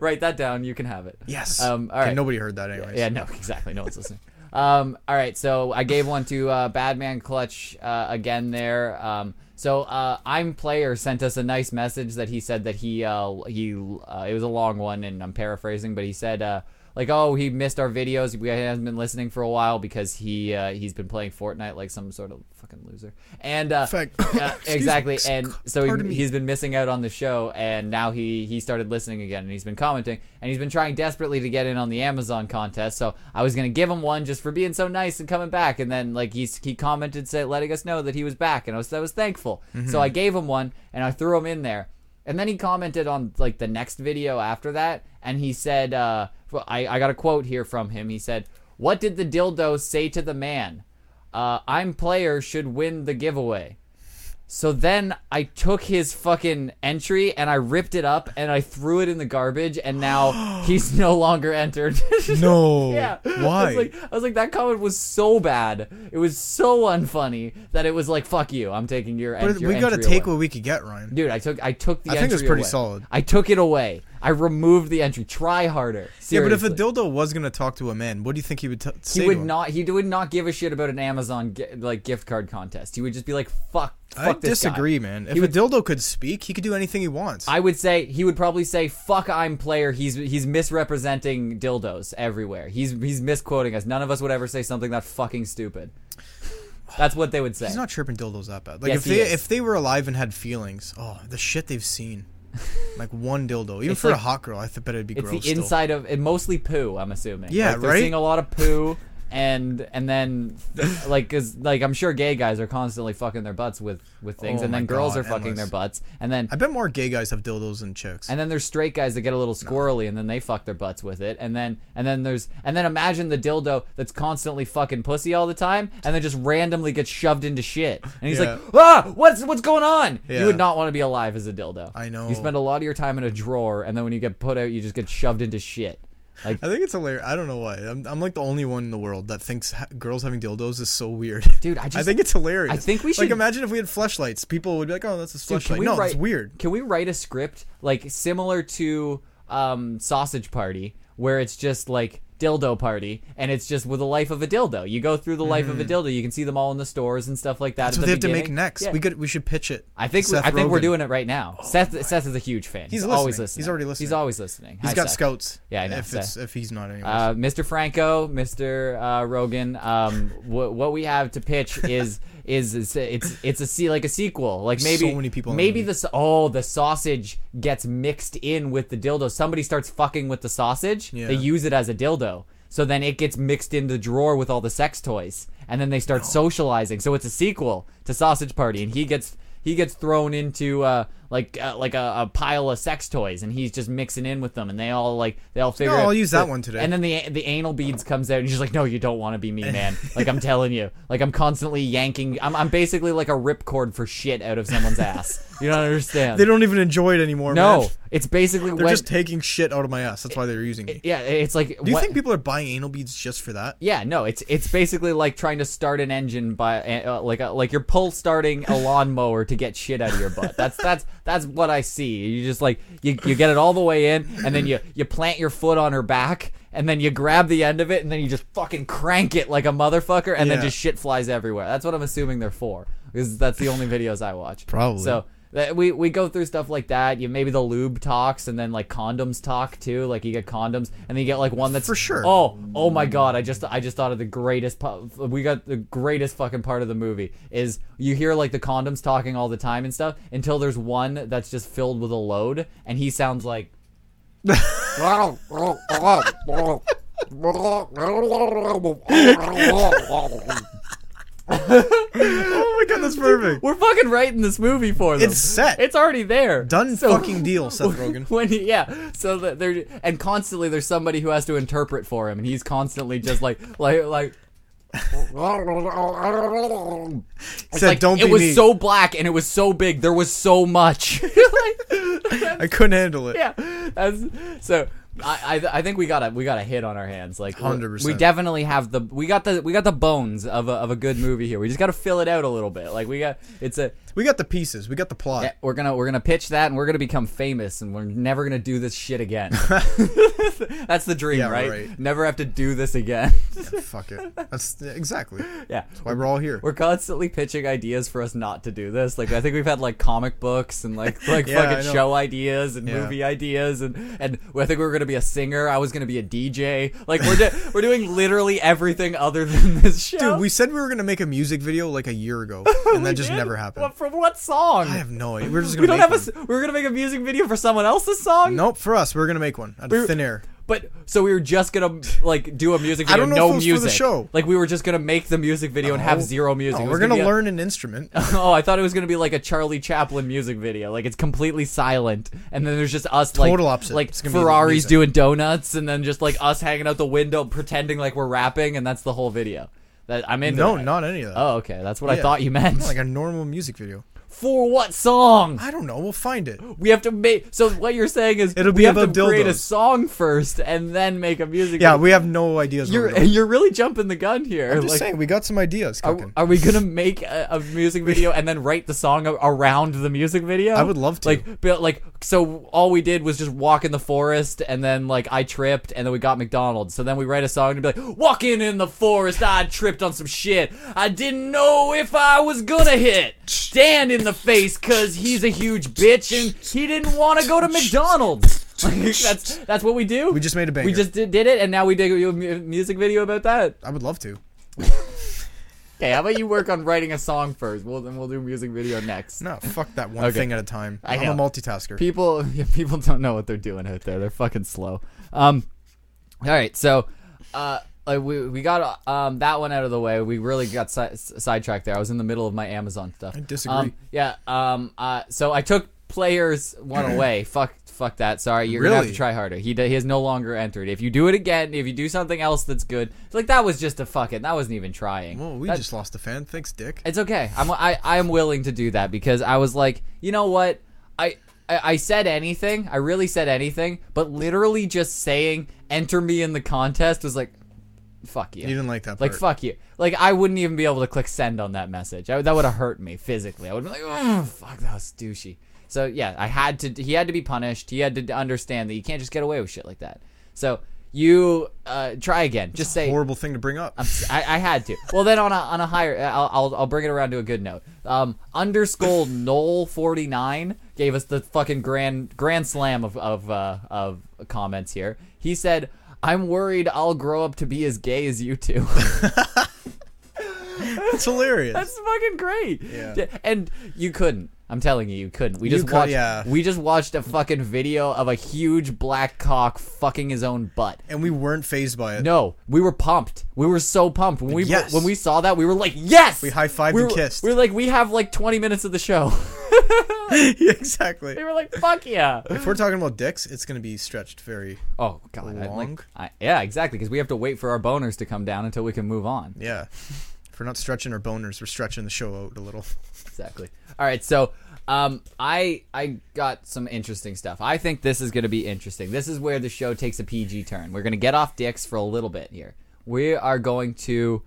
Speaker 6: Write that down. You can have it.
Speaker 7: Yes.
Speaker 6: Um, all
Speaker 7: Okay,
Speaker 6: right.
Speaker 7: Nobody heard that anyways.
Speaker 6: Yeah, no, exactly. No one's listening. Um, all right, so I gave one to uh, Badman Clutch uh, again there. Um, so uh, I'm player sent us a nice message that he said that he uh, he uh, it was a long one and I'm paraphrasing, but he said uh, like oh he missed our videos we hasn't been listening for a while because he uh, he's been playing Fortnite like some sort of fucking loser and uh,
Speaker 7: Fact.
Speaker 6: uh,
Speaker 7: Excuse me.
Speaker 6: exactly and so
Speaker 7: Pardon
Speaker 6: he,
Speaker 7: me.
Speaker 6: he's been missing out on the show and now he he started listening again and he's been commenting and he's been trying desperately to get in on the amazon contest so i was gonna give him one just for being so nice and coming back and then like he's he commented say, letting us know that he was back and i was, I was thankful so i gave him one and i threw him in there and then he commented on like the next video after that and he said uh i, I got a quote here from him he said what did the dildo say to the man uh, i'm player should win the giveaway so then I took his fucking entry and I ripped it up and I threw it in the garbage and now he's no longer entered.
Speaker 7: No.
Speaker 6: yeah. I
Speaker 7: Why?
Speaker 6: was, like, I was like, that comment was so bad. It was so unfunny that it was like, fuck you. I'm taking your,
Speaker 7: But
Speaker 6: ent- your
Speaker 7: we got to
Speaker 6: entry
Speaker 7: take
Speaker 6: away.
Speaker 7: what we could get, Ryan.
Speaker 6: Dude, I took I took the
Speaker 7: I
Speaker 6: entry
Speaker 7: think it was pretty
Speaker 6: away.
Speaker 7: solid.
Speaker 6: I took it away. I removed the entry. Try harder.
Speaker 7: yeah, but if a
Speaker 6: Seriously.
Speaker 7: dildo was gonna talk to a man, what do you think he would t-
Speaker 6: he
Speaker 7: say? to
Speaker 6: would
Speaker 7: him?
Speaker 6: not he would not give a shit about an Amazon gi- like gift card contest. He would just be like, fuck, fuck
Speaker 7: I
Speaker 6: this guy.
Speaker 7: disagree, man. If
Speaker 6: He
Speaker 7: a
Speaker 6: would-
Speaker 7: dildo could speak, he could do anything he wants.
Speaker 6: I would say he would probably say "fuck I'm player." He's he's misrepresenting dildos everywhere. He's he's misquoting us. None of us would ever say something that fucking stupid. That's what they would say.
Speaker 7: He's not chirping dildos that bad. Like
Speaker 6: Yes,
Speaker 7: if
Speaker 6: he
Speaker 7: they
Speaker 6: is.
Speaker 7: if they were alive and had feelings, oh, the shit they've seen. Like one dildo, even
Speaker 6: It's
Speaker 7: for a
Speaker 6: like-
Speaker 7: hot girl, I th- bet it'd be
Speaker 6: it's
Speaker 7: gross.
Speaker 6: the
Speaker 7: still.
Speaker 6: inside of and mostly poo. I'm assuming.
Speaker 7: Yeah,
Speaker 6: like, they're
Speaker 7: right?
Speaker 6: Seeing a lot of poo. And and then like cause like I'm sure gay guys are constantly fucking their butts with with things,
Speaker 7: Oh
Speaker 6: and then
Speaker 7: my
Speaker 6: girls
Speaker 7: God,
Speaker 6: are fucking
Speaker 7: endless.
Speaker 6: their butts, and then
Speaker 7: I bet more gay guys have dildos than chicks.
Speaker 6: And then there's straight guys that get a little squirrely and then they fuck their butts with it. And then and then there's and then imagine the dildo that's constantly fucking pussy all the time and then just randomly gets shoved into shit. And he's like, "Ah, what's what's going on?" You
Speaker 7: Yeah.
Speaker 6: would not want to be alive as a dildo.
Speaker 7: I know.
Speaker 6: You spend a lot of your time in a drawer and then when you get put out, you just get shoved into shit. Like
Speaker 7: I think it's hilarious. I don't know why. I'm, I'm like the only one in the world that thinks ha- girls having dildos is so weird.
Speaker 6: Dude, I
Speaker 7: I
Speaker 6: just-
Speaker 7: think it's hilarious.
Speaker 6: I think we
Speaker 7: Like,
Speaker 6: should-
Speaker 7: imagine if we had flashlights. People would be like, "Oh, that's a
Speaker 6: Dude,
Speaker 7: flashlight." No, it's weird.
Speaker 6: Can we write a script like similar to um, Sausage Party, where it's just like dildo party, and it's just with the life of a dildo? You go through the life of a dildo. You can see them all in the stores and stuff like that.
Speaker 7: Mm. That's
Speaker 6: at
Speaker 7: what
Speaker 6: the
Speaker 7: they have to make
Speaker 6: beginning.
Speaker 7: next.
Speaker 6: Yeah.
Speaker 7: We could. We should pitch it.
Speaker 6: I think we, I think we're doing it right now. Seth Seth is a huge fan.
Speaker 7: He's
Speaker 6: always
Speaker 7: listening.
Speaker 6: listening.
Speaker 7: He's already
Speaker 6: He's
Speaker 7: listening.
Speaker 6: always listening.
Speaker 7: He's
Speaker 6: Hi,
Speaker 7: got
Speaker 6: Seth.
Speaker 7: scouts.
Speaker 6: Yeah, I know,
Speaker 7: If
Speaker 6: so-
Speaker 7: it's if he's not anyway.
Speaker 6: Uh, Mr. Franco, Mr. Uh, Rogan, um, wh- what we have to pitch is is, is it's it's a se- like a sequel, like
Speaker 7: There's
Speaker 6: maybe
Speaker 7: so many people in
Speaker 6: maybe
Speaker 7: the
Speaker 6: the sa- oh the sausage gets mixed in with the dildo. Somebody starts fucking with the sausage.
Speaker 7: Yeah.
Speaker 6: They use it as a dildo, so then it gets mixed in the drawer with all the sex toys, and then they start socializing. So it's a sequel to Sausage Party, and he gets. He gets thrown into uh, like uh, like a, a pile of sex toys, and he's just mixing in with them, and they all like they all figure.
Speaker 7: No,
Speaker 6: out-
Speaker 7: I'll use that
Speaker 6: but-
Speaker 7: one today.
Speaker 6: And then the the anal beads comes out, and she's like, "No, you don't want to be me, man. Like I'm telling you, like I'm constantly yanking. I'm I'm basically like a ripcord for shit out of someone's ass. You don't understand.
Speaker 7: they don't even enjoy it anymore.
Speaker 6: No,
Speaker 7: man.
Speaker 6: it's basically
Speaker 7: they're
Speaker 6: when-
Speaker 7: just taking shit out of my ass. That's why they're using me.
Speaker 6: yeah. It's like
Speaker 7: Do you
Speaker 6: what-
Speaker 7: think people are buying anal beads just for that?
Speaker 6: Yeah, no, it's it's basically like trying to start an engine by uh, like a, like you're pull starting a lawnmower to get shit out of your butt. That's that's that's what I see. You just like you, you get it all the way in, and then you you plant your foot on her back, and then you grab the end of it, and then you just fucking crank it like a motherfucker, and then
Speaker 7: Yeah.
Speaker 6: just shit flies everywhere. That's what I'm assuming they're for, because that's the only videos I watch.
Speaker 7: Probably.
Speaker 6: So that we we go through stuff like that. You maybe the lube talks, and then like condoms talk too. Like you get condoms, and then you get like one that's
Speaker 7: For sure.
Speaker 6: Oh, oh my God! I just I just thought of the greatest. pu- We got the greatest fucking part of the movie is you hear like the condoms talking all the time and stuff until there's one that's just filled with a load, and he sounds like.
Speaker 7: Oh my god, that's perfect.
Speaker 6: We're fucking writing this movie for them.
Speaker 7: It's set.
Speaker 6: It's already there.
Speaker 7: Done
Speaker 6: So-
Speaker 7: fucking deal, Seth Rogen.
Speaker 6: when he, yeah so that they're and constantly there's somebody who has to interpret for him and he's constantly just like like like
Speaker 7: He
Speaker 6: it's
Speaker 7: said,
Speaker 6: like,
Speaker 7: "Don't
Speaker 6: it
Speaker 7: be
Speaker 6: was
Speaker 7: me.
Speaker 6: so black and it was so big there was so much Like,
Speaker 7: I couldn't handle it.
Speaker 6: yeah that's so I, I I think we got a we got a hit on our hands. Like we're-
Speaker 7: 100%.
Speaker 6: we definitely have the we got the we got the bones of a, of a good movie here. We just got to fill it out a little bit. Like we got it's a
Speaker 7: We got the pieces. We got the plot.
Speaker 6: yeah, we're gonna we're gonna pitch that and we're gonna become famous and we're never gonna do this shit again. That's the dream,
Speaker 7: Yeah,
Speaker 6: right?
Speaker 7: right.
Speaker 6: Never have to do this again.
Speaker 7: Fuck it. That's exactly
Speaker 6: yeah.
Speaker 7: why we're all here.
Speaker 6: We're constantly pitching ideas for us not to do this. Like I think we've had like comic books and like like
Speaker 7: Yeah, I
Speaker 6: fucking
Speaker 7: know.
Speaker 6: show ideas and
Speaker 7: Yeah.
Speaker 6: movie ideas and and I think we were gonna be a singer. I was gonna be a DJ. Like we're do- we're doing literally everything other than this show.
Speaker 7: Dude, we said we were gonna make a music video like a year ago, and that just
Speaker 6: did?
Speaker 7: never happened.
Speaker 6: What- from what song?
Speaker 7: I have no idea. We're just gonna.
Speaker 6: we don't
Speaker 7: make
Speaker 6: have a. s- We were gonna make a music video for someone else's song.
Speaker 7: one. Nope, for us, we're gonna make one out of
Speaker 6: We-
Speaker 7: thin air.
Speaker 6: But so we were just gonna like do a music
Speaker 7: I
Speaker 6: video,
Speaker 7: don't know
Speaker 6: no
Speaker 7: if it was for the
Speaker 6: music.
Speaker 7: show.
Speaker 6: Like we were just gonna make the music video and have
Speaker 7: No.
Speaker 6: zero music.
Speaker 7: No,
Speaker 6: It was
Speaker 7: we're gonna,
Speaker 6: be a-
Speaker 7: learn an instrument.
Speaker 6: oh, I thought it was gonna be like a Charlie Chaplin music video. Like it's completely silent, and then there's just us like
Speaker 7: Total opposite.
Speaker 6: like
Speaker 7: It's gonna be the
Speaker 6: Ferraris
Speaker 7: music.
Speaker 6: doing donuts, and then just like us hanging out the window pretending like we're rapping, and that's the whole video. That I'm into.
Speaker 7: no,
Speaker 6: that.
Speaker 7: not any of that.
Speaker 6: Oh, okay. That's what I
Speaker 7: Yeah. Oh
Speaker 6: thought you meant.
Speaker 7: like a normal music video.
Speaker 6: For what song?
Speaker 7: I don't know. We'll find it.
Speaker 6: We have to make. So what you're saying is
Speaker 7: It'll
Speaker 6: we
Speaker 7: be
Speaker 6: have to
Speaker 7: about
Speaker 6: create a
Speaker 7: dildos.
Speaker 6: song first, and then make a music.
Speaker 7: Yeah,
Speaker 6: video.
Speaker 7: we have no ideas. where we're
Speaker 6: You're
Speaker 7: going.
Speaker 6: you're really jumping the gun here.
Speaker 7: I'm just
Speaker 6: like,
Speaker 7: saying, we got some ideas
Speaker 6: are,
Speaker 7: cooking.
Speaker 6: are we gonna make a, a music video and then write the song a- around the music video?
Speaker 7: I would love to.
Speaker 6: Like, but like, so all we did was just walk in the forest, and then like I tripped, and then we got McDonald's. So then we write a song and be like, "Walking in the forest, I tripped on some shit. I didn't know if I was gonna hit Dan in the face because he's a huge bitch and he didn't want to go to McDonald's." Like, that's that's what we do.
Speaker 7: We just made a banger.
Speaker 6: We just did, did it, and now we did a mu- music video about that.
Speaker 7: I would love to.
Speaker 6: Okay, how about you work on writing a song first? Well, then we'll do music video next.
Speaker 7: No, fuck that one
Speaker 6: Okay.
Speaker 7: thing at a time.
Speaker 6: I
Speaker 7: I am
Speaker 6: know.
Speaker 7: a multitasker.
Speaker 6: People, yeah, people don't know what they're doing out there. They're fucking slow. Um, all right, so, uh, like, we we got uh, um that one out of the way. We really got si- s- sidetracked there. I was in the middle of my Amazon stuff. I
Speaker 7: disagree.
Speaker 6: yeah. Um. Uh. So I took players one away. fuck. Fuck that. Sorry, you're gonna have to
Speaker 7: Really?
Speaker 6: try harder. He d- he has no longer entered. If you do it again, if you do something else that's good, it's like that was just a fucking. That wasn't even trying.
Speaker 7: Well, we
Speaker 6: That-
Speaker 7: just lost a fan. Thanks, Dick.
Speaker 6: It's okay. I'm I I am willing to do that because I was like, you know what? I I, I said anything. I really said anything, but literally just saying "enter me in the contest" was like, fuck you.
Speaker 7: You didn't like that
Speaker 6: Like
Speaker 7: part.
Speaker 6: fuck you. Like I wouldn't even be able to click send on that message. I, that would have hurt me physically. I would be like, oh, fuck, that was douchey. So yeah, I had to. He had to be punished. He had to understand that you can't just get away with shit like that. So you uh, try again. Just say
Speaker 7: Horrible thing to bring up.
Speaker 6: I, I had to. Well, then on a on a higher, uh, I'll, I'll I'll bring it around to a good note. Um, underscore Knoll forty nine gave us the fucking grand grand slam of of uh, of comments here. He said, "I'm worried I'll grow up to be as gay as you two.
Speaker 7: It's hilarious.
Speaker 6: That's fucking great.
Speaker 7: Yeah.
Speaker 6: And you couldn't. I'm telling you, you couldn't. We
Speaker 7: You
Speaker 6: just
Speaker 7: cou-
Speaker 6: watched.
Speaker 7: yeah.
Speaker 6: We just watched a fucking video of a huge black cock fucking his own butt.
Speaker 7: and we weren't phased by it.
Speaker 6: No, we were pumped. We were so pumped when we
Speaker 7: Yes.
Speaker 6: when we saw that. We were like, yes.
Speaker 7: We high-fived
Speaker 6: we
Speaker 7: and
Speaker 6: were-
Speaker 7: kissed.
Speaker 6: We were like, we have like 20 minutes of the show.
Speaker 7: exactly.
Speaker 6: we were like, fuck yeah.
Speaker 7: If we're talking about dicks, it's going to be stretched very.
Speaker 6: Oh god, I, like,
Speaker 7: Long.
Speaker 6: I, yeah, exactly. Because we have to wait for our boners to come down until we can move on.
Speaker 7: Yeah. If we're not stretching our boners, we're stretching the show out a little.
Speaker 6: Exactly. All right, so. Um, I I got some interesting stuff. I think this is gonna be interesting. This is where the show takes a PG turn. We're gonna get off dicks for a little bit here. We are going to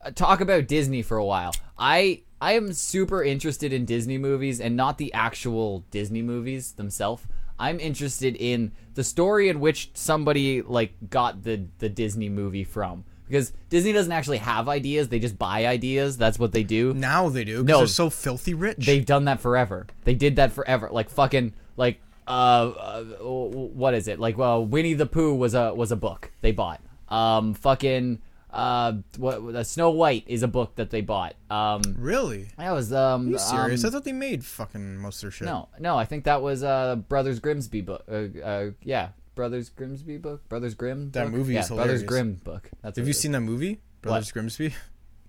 Speaker 6: uh, talk about Disney for a while. I I am super interested in Disney movies and not the actual Disney movies themselves. I'm interested in the story in which somebody like got the the Disney movie from because Disney doesn't actually have ideas; they just buy ideas. That's what they do.
Speaker 7: Now they do. 'cause
Speaker 6: No.
Speaker 7: They're so filthy rich.
Speaker 6: They've done that forever. They did that forever. Like fucking like uh, uh w- w- what is it? Like well, Winnie the Pooh was a was a book they bought. Um, fucking uh, what uh, Snow White is a book that they bought. Um,
Speaker 7: really?
Speaker 6: that was um.
Speaker 7: Are you serious?
Speaker 6: um,
Speaker 7: I thought they made fucking most of their shit.
Speaker 6: no, no, I think that was uh Brothers Grimsby book. Uh, uh yeah, Brothers Grimsby book. Brothers Grimm.
Speaker 7: That
Speaker 6: book?
Speaker 7: movie
Speaker 6: yeah,
Speaker 7: is
Speaker 6: Brothers
Speaker 7: hilarious.
Speaker 6: Grimm book. That's
Speaker 7: Have
Speaker 6: what it
Speaker 7: you
Speaker 6: is.
Speaker 7: seen that movie? Brothers Grimsby?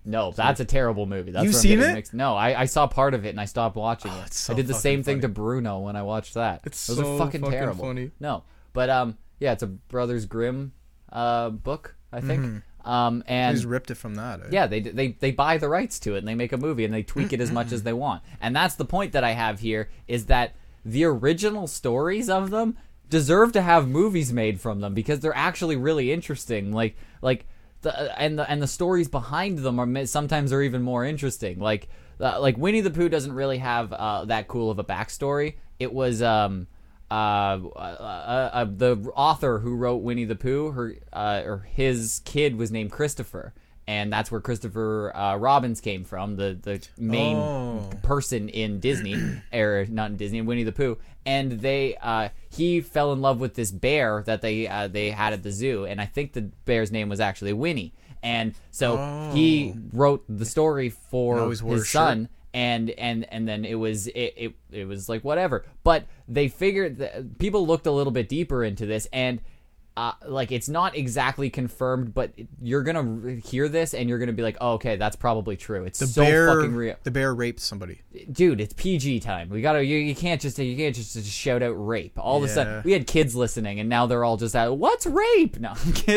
Speaker 6: No, that's a terrible movie. That's
Speaker 7: You've
Speaker 6: where I'm
Speaker 7: seen
Speaker 6: getting
Speaker 7: it? Oh,
Speaker 6: Mixed. No, I, I saw part of it and I stopped watching it.
Speaker 7: it's so
Speaker 6: I did the
Speaker 7: fucking
Speaker 6: same thing
Speaker 7: funny.
Speaker 6: to Bruno when I watched that.
Speaker 7: It's
Speaker 6: Those are
Speaker 7: so
Speaker 6: fucking,
Speaker 7: fucking
Speaker 6: terrible.
Speaker 7: funny.
Speaker 6: No, but um, yeah, it's a Brothers Grimm uh book, I think.
Speaker 7: Mm-hmm.
Speaker 6: Um,
Speaker 7: They
Speaker 6: and
Speaker 7: just ripped it from that. eh?
Speaker 6: yeah, they, they they buy the rights to it and they make a movie and they tweak it as much as they want. And that's the point that I have here is that the original stories of them deserve to have movies made from them because they're actually really interesting. Like like the uh, and the and the stories behind them are ma- sometimes are even more interesting. Like uh, like Winnie the Pooh doesn't really have uh, that cool of a backstory. It was um uh, uh, uh, uh, the author who wrote Winnie the Pooh, her uh, or his kid was named Christopher, and that's where Christopher uh, Robbins came from, the the main person in Disney, or not in Disney, in Winnie the Pooh. And they, uh, he fell in love with this bear that they uh, they had at the zoo, and I think the bear's name was actually Winnie. And so he wrote the story for
Speaker 7: always wore a
Speaker 6: his
Speaker 7: shirt.
Speaker 6: son, and and and then it was it it, it was like whatever but they figured that people looked a little bit deeper into this and uh, like it's not exactly confirmed but you're gonna re- hear this and you're gonna be like oh, okay that's probably true it's so
Speaker 7: bear,
Speaker 6: fucking real
Speaker 7: The bear raped somebody.
Speaker 6: dude it's pg time we gotta you, you can't just you can't just, just shout out rape all of a sudden
Speaker 7: Yeah.
Speaker 6: we had kids listening and now they're all just out what's rape no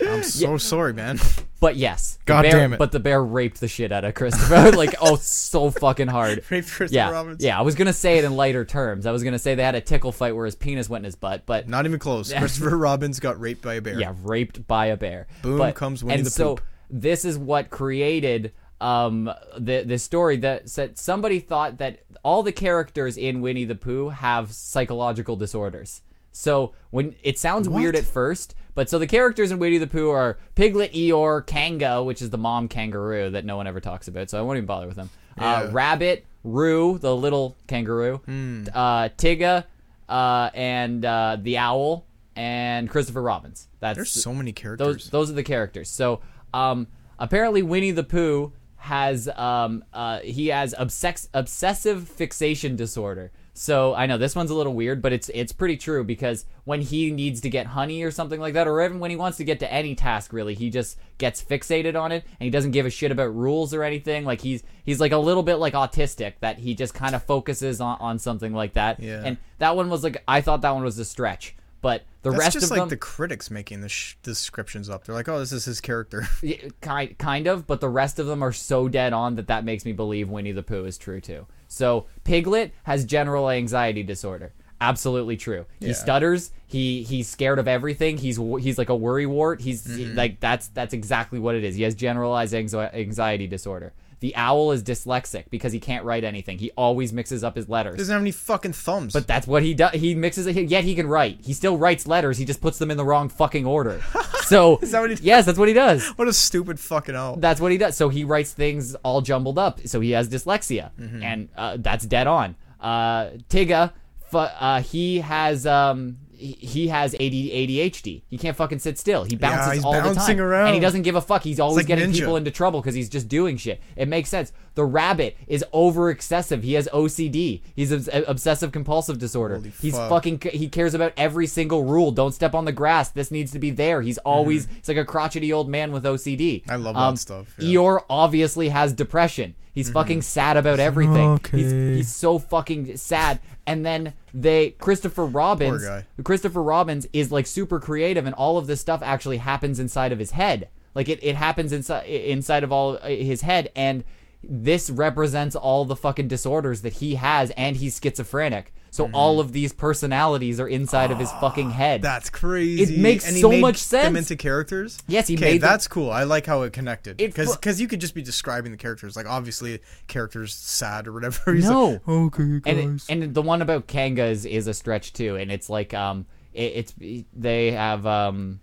Speaker 7: I'm so sorry, man.
Speaker 6: but yes the
Speaker 7: God
Speaker 6: bear-
Speaker 7: damn it.
Speaker 6: but the bear raped the shit out of christopher like oh so fucking hard
Speaker 7: Raped Christopher
Speaker 6: yeah,
Speaker 7: Robbins.
Speaker 6: yeah. I was gonna say it in lighter terms. I was gonna say they had a tickle fight where his penis went in his butt, but
Speaker 7: Not even close. Christopher Robbins got raped by a bear.
Speaker 6: yeah, raped by a bear.
Speaker 7: Boom
Speaker 6: but,
Speaker 7: comes Winnie
Speaker 6: and
Speaker 7: the
Speaker 6: so
Speaker 7: Pooh.
Speaker 6: this is what created um the the story that said somebody thought that all the characters in Winnie the Pooh have psychological disorders. So when it sounds weird at first, but so the characters in Winnie the Pooh are Piglet, Eeyore, Kanga, which is the mom kangaroo that no one ever talks about, so I won't even bother with them. Uh,
Speaker 7: Yeah. Hmm.
Speaker 6: Rabbit, Roo, the little kangaroo, uh, Tigga, uh, and uh, the owl, and Christopher Robbins. That's
Speaker 7: There's so many characters.
Speaker 6: those those are the characters. So um, apparently Winnie the Pooh has um, uh, he has obsex- obsessive fixation disorder. So I know this one's a little weird, but it's it's pretty true because when he needs to get honey or something like that, or even when he wants to get to any task, really, he just gets fixated on it and he doesn't give a shit about rules or anything. Like he's he's like a little bit like autistic that he just kind of focuses on, on something like that.
Speaker 7: Yeah.
Speaker 6: And that one was like I thought that one was a stretch, but the
Speaker 7: That's
Speaker 6: rest
Speaker 7: just
Speaker 6: of
Speaker 7: like
Speaker 6: them,
Speaker 7: the critics making the sh- descriptions up. They're like, "Oh, this is his character."
Speaker 6: Yeah, kind kind of, but the rest of them are so dead on that that makes me believe Winnie the Pooh is true too. So Piglet has general anxiety disorder. Absolutely true. He stutters. He he's scared of everything. He's wo- he's like a worry wart. He's he-
Speaker 7: Mm-hmm.
Speaker 6: like that's that's exactly what it is. He has generalized anxi- anxiety disorder. The owl is dyslexic because he can't write anything. He always mixes up his letters.
Speaker 7: doesn't have any fucking thumbs. But
Speaker 6: That's what he does. He mixes it. Yet he can write. He still writes letters. He just puts them in the wrong fucking order. So
Speaker 7: that what he does?
Speaker 6: yes, that's what he does.
Speaker 7: what a stupid fucking owl.
Speaker 6: That's what he does. So he writes things all jumbled up. So he has dyslexia,
Speaker 7: Mm-hmm.
Speaker 6: and uh, that's dead on. Uh, Tigga, fu- uh, he has um, he- he has AD- ADHD. He can't fucking sit still. He bounces
Speaker 7: he's
Speaker 6: all the
Speaker 7: bouncing
Speaker 6: time,
Speaker 7: around.
Speaker 6: and he doesn't give a fuck. He's always
Speaker 7: like
Speaker 6: getting
Speaker 7: Ninja.
Speaker 6: people into trouble because he's just doing shit. It makes sense. The rabbit is over excessive. He has OCD. He's obs- uh, obsessive compulsive disorder.
Speaker 7: Holy
Speaker 6: he's
Speaker 7: fuck.
Speaker 6: fucking. He cares about every single rule. Don't step on the grass. This needs to be there. He's always. It's like a crotchety old man with OCD.
Speaker 7: Mm-hmm. I love that stuff, yeah.
Speaker 6: Um,
Speaker 7: Mm-hmm.
Speaker 6: Eeyore obviously has depression. He's fucking sad about everything. He's he's so fucking sad. And then they Christopher Robbins
Speaker 7: guy.
Speaker 6: Christopher Robbins is like super creative and all of this stuff actually happens inside of his head. Like it, it happens inside inside of all uh, his head and this represents all the fucking disorders that he has and he's schizophrenic. So
Speaker 7: Mm-hmm.
Speaker 6: all of these personalities are inside of his fucking head.
Speaker 7: That's crazy.
Speaker 6: It makes
Speaker 7: and he
Speaker 6: so
Speaker 7: made
Speaker 6: much
Speaker 7: Them
Speaker 6: sense.
Speaker 7: into characters.
Speaker 6: Yes, he
Speaker 7: okay,
Speaker 6: made them-
Speaker 7: That's cool. I like how it connected.
Speaker 6: It
Speaker 7: Because
Speaker 6: fu-
Speaker 7: you could just be describing the characters. Like obviously, characters sad or whatever. He's
Speaker 6: No.
Speaker 7: Like, okay, guys.
Speaker 6: and and the one about Kanga is, is a stretch too, and it's like um it, it's they have um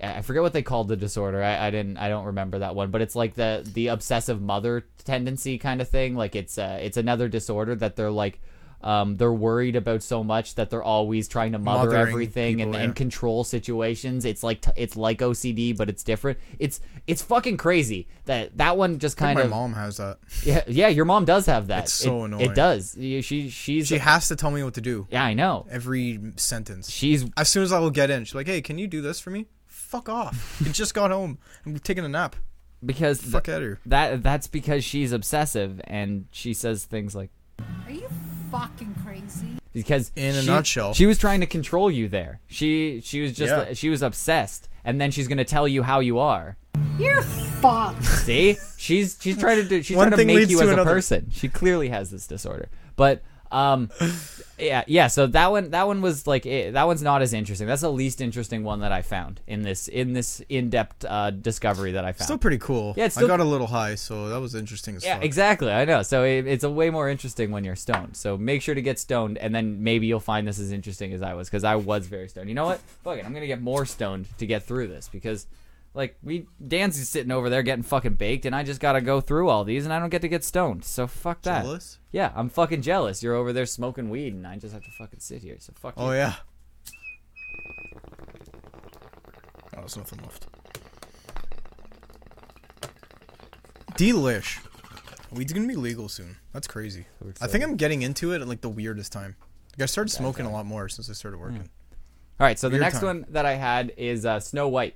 Speaker 6: I forget what they called the disorder. I, I didn't I don't remember that one, but it's like the the obsessive mother tendency kind of thing. Like it's uh it's another disorder that they're like um they're worried about so much that they're always trying to mother
Speaker 7: Mothering
Speaker 6: everything and,
Speaker 7: people,
Speaker 6: and
Speaker 7: yeah.
Speaker 6: control situations. It's like t- it's like OCD, but it's different. It's it's fucking crazy that that one just kind
Speaker 7: my
Speaker 6: of
Speaker 7: mom has that.
Speaker 6: yeah yeah. Your mom does have that.
Speaker 7: It's so
Speaker 6: It-
Speaker 7: annoying.
Speaker 6: It does. You- She she's
Speaker 7: She has to tell me what to do
Speaker 6: yeah, I know.
Speaker 7: every sentence.
Speaker 6: She's
Speaker 7: as soon as I will get in, she's like, "Hey, can you do this for me?" Fuck off. I just got home. I'm taking a nap.
Speaker 6: because th-
Speaker 7: Fuck out of here.
Speaker 6: that that's because she's obsessive and she says things like
Speaker 11: Are you fucking crazy?
Speaker 6: because
Speaker 7: In a
Speaker 6: she-
Speaker 7: nutshell.
Speaker 6: she was trying to control you there. She she was just
Speaker 7: Yeah.
Speaker 6: she was obsessed and then she's going to tell you how you are.
Speaker 11: You're fucked.
Speaker 6: See? She's she's trying to do, she's
Speaker 7: One
Speaker 6: trying to
Speaker 7: thing
Speaker 6: make
Speaker 7: leads
Speaker 6: you
Speaker 7: to
Speaker 6: as a
Speaker 7: another.
Speaker 6: person. She clearly has this disorder. But Um, yeah, yeah. So that one, that one was like eh, that one's not as interesting. That's the least interesting one that I found in this in this in depth uh, discovery that I found.
Speaker 7: Still pretty cool.
Speaker 6: Yeah, it's
Speaker 7: I
Speaker 6: still-
Speaker 7: got a little high, so that was interesting as
Speaker 6: yeah,
Speaker 7: fuck.
Speaker 6: exactly. I know. So it, it's a way more interesting when you're stoned. So make sure to get stoned, and then maybe you'll find this as interesting as I was, because I was very stoned. You know what? Fuck it. I'm gonna get more stoned to get through this because, like, we Dan's is sitting over there getting fucking baked, and I just gotta go through all these, and I don't get to get stoned. So fuck that.
Speaker 7: Jealous?
Speaker 6: Yeah, I'm fucking jealous. You're over there smoking weed, and I just have to fucking sit here. So fuck.
Speaker 7: Oh
Speaker 6: you.
Speaker 7: yeah. Oh, there's nothing left. Delish. Weed's gonna be legal soon. That's crazy. I think I'm getting into it at like the weirdest time. Like I started smoking a lot more since I
Speaker 6: Hmm.
Speaker 7: started working.
Speaker 6: All right. So the
Speaker 7: Weird
Speaker 6: next
Speaker 7: time.
Speaker 6: one that I had is uh, Snow White.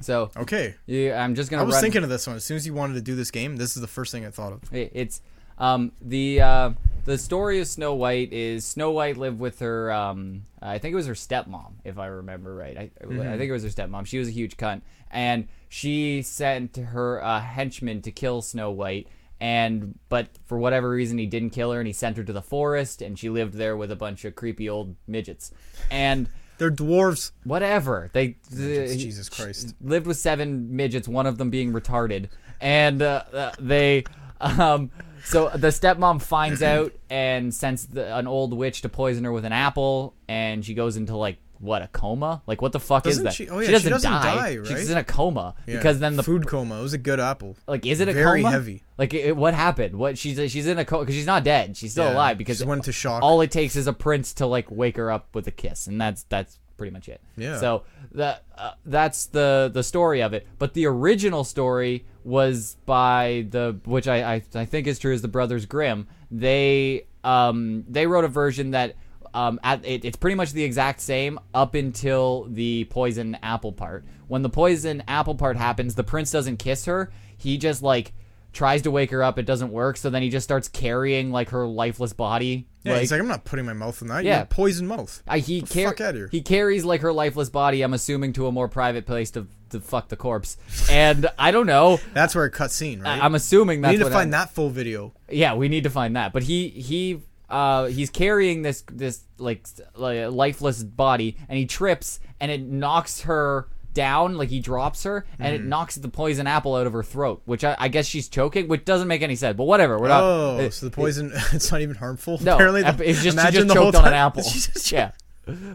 Speaker 6: So
Speaker 7: Okay.
Speaker 6: yeah, I'm just gonna.
Speaker 7: I was
Speaker 6: run-
Speaker 7: thinking of this one. As soon as you wanted to do this game, this is the first thing I thought of.
Speaker 6: It- It's um, the uh, the story of Snow White is Snow White lived with her. Um, I think it was her stepmom, if I remember right. I, I think it was her stepmom. She was a huge cunt, and she sent her uh, henchman to kill Snow White. And but for whatever reason, he didn't kill her, and he sent her to the forest, and she lived there with a bunch of creepy old midgets, and
Speaker 7: They're dwarves.
Speaker 6: whatever they. the-
Speaker 7: Jesus Christ.
Speaker 6: lived with seven midgets, one of them being retarded, and uh, uh, they. Um, so the stepmom finds out and sends the, an old witch to poison her with an apple, and she goes into like what a coma? Like what the fuck is
Speaker 7: Doesn't
Speaker 6: that?
Speaker 7: she- oh, yeah, she doesn't die, right?
Speaker 6: She's in a coma
Speaker 7: Yeah.
Speaker 6: because then the Oh,
Speaker 7: food coma. It was a good apple.
Speaker 6: like is it a
Speaker 7: very
Speaker 6: coma?
Speaker 7: heavy.
Speaker 6: Like it, what happened? What she's she's in a coma because she's not dead. She's still
Speaker 7: Yeah,
Speaker 6: alive because
Speaker 7: she went into shock.
Speaker 6: All it takes is a prince to like wake her up with a kiss, and that's that's pretty much it.
Speaker 7: Yeah.
Speaker 6: So that uh, that's the the story of it. But the original story was by the which I I, I think is true is the Brothers Grimm. They um they wrote a version that. Um, at, it, it's pretty much the exact same up until the poison apple part. When the poison apple part happens, the prince doesn't kiss her. He just like tries to wake her up. It doesn't work. So then he just starts carrying like her lifeless body.
Speaker 7: Yeah,
Speaker 6: like,
Speaker 7: he's like, I'm not putting my mouth in that.
Speaker 6: Yeah.
Speaker 7: You have poison mouth.
Speaker 6: I, he
Speaker 7: The
Speaker 6: car-
Speaker 7: fuck outta here.
Speaker 6: He carries like her lifeless body. I'm assuming to a more private place to to fuck the corpse. And I don't know.
Speaker 7: That's where it cut scene, right?
Speaker 6: I'm assuming
Speaker 7: we
Speaker 6: that's
Speaker 7: need to
Speaker 6: what
Speaker 7: find
Speaker 6: happened.
Speaker 7: that full video.
Speaker 6: Yeah, we need to find that. But he he uh he's carrying this this like s- like, lifeless body, and he trips, and it knocks her down like he drops her and
Speaker 7: Mm-hmm.
Speaker 6: it knocks the poison apple out of her throat which I, I guess she's choking which doesn't make any sense but whatever we're not
Speaker 7: Oh,
Speaker 6: Uh, it-
Speaker 7: so the poison, it's not even harmful.
Speaker 6: No,
Speaker 7: Apparently,
Speaker 6: ap-
Speaker 7: the,
Speaker 6: it's just she
Speaker 7: imagine
Speaker 6: just
Speaker 7: the whole
Speaker 6: choked on an
Speaker 7: time-
Speaker 6: apple.
Speaker 7: She just-
Speaker 6: yeah,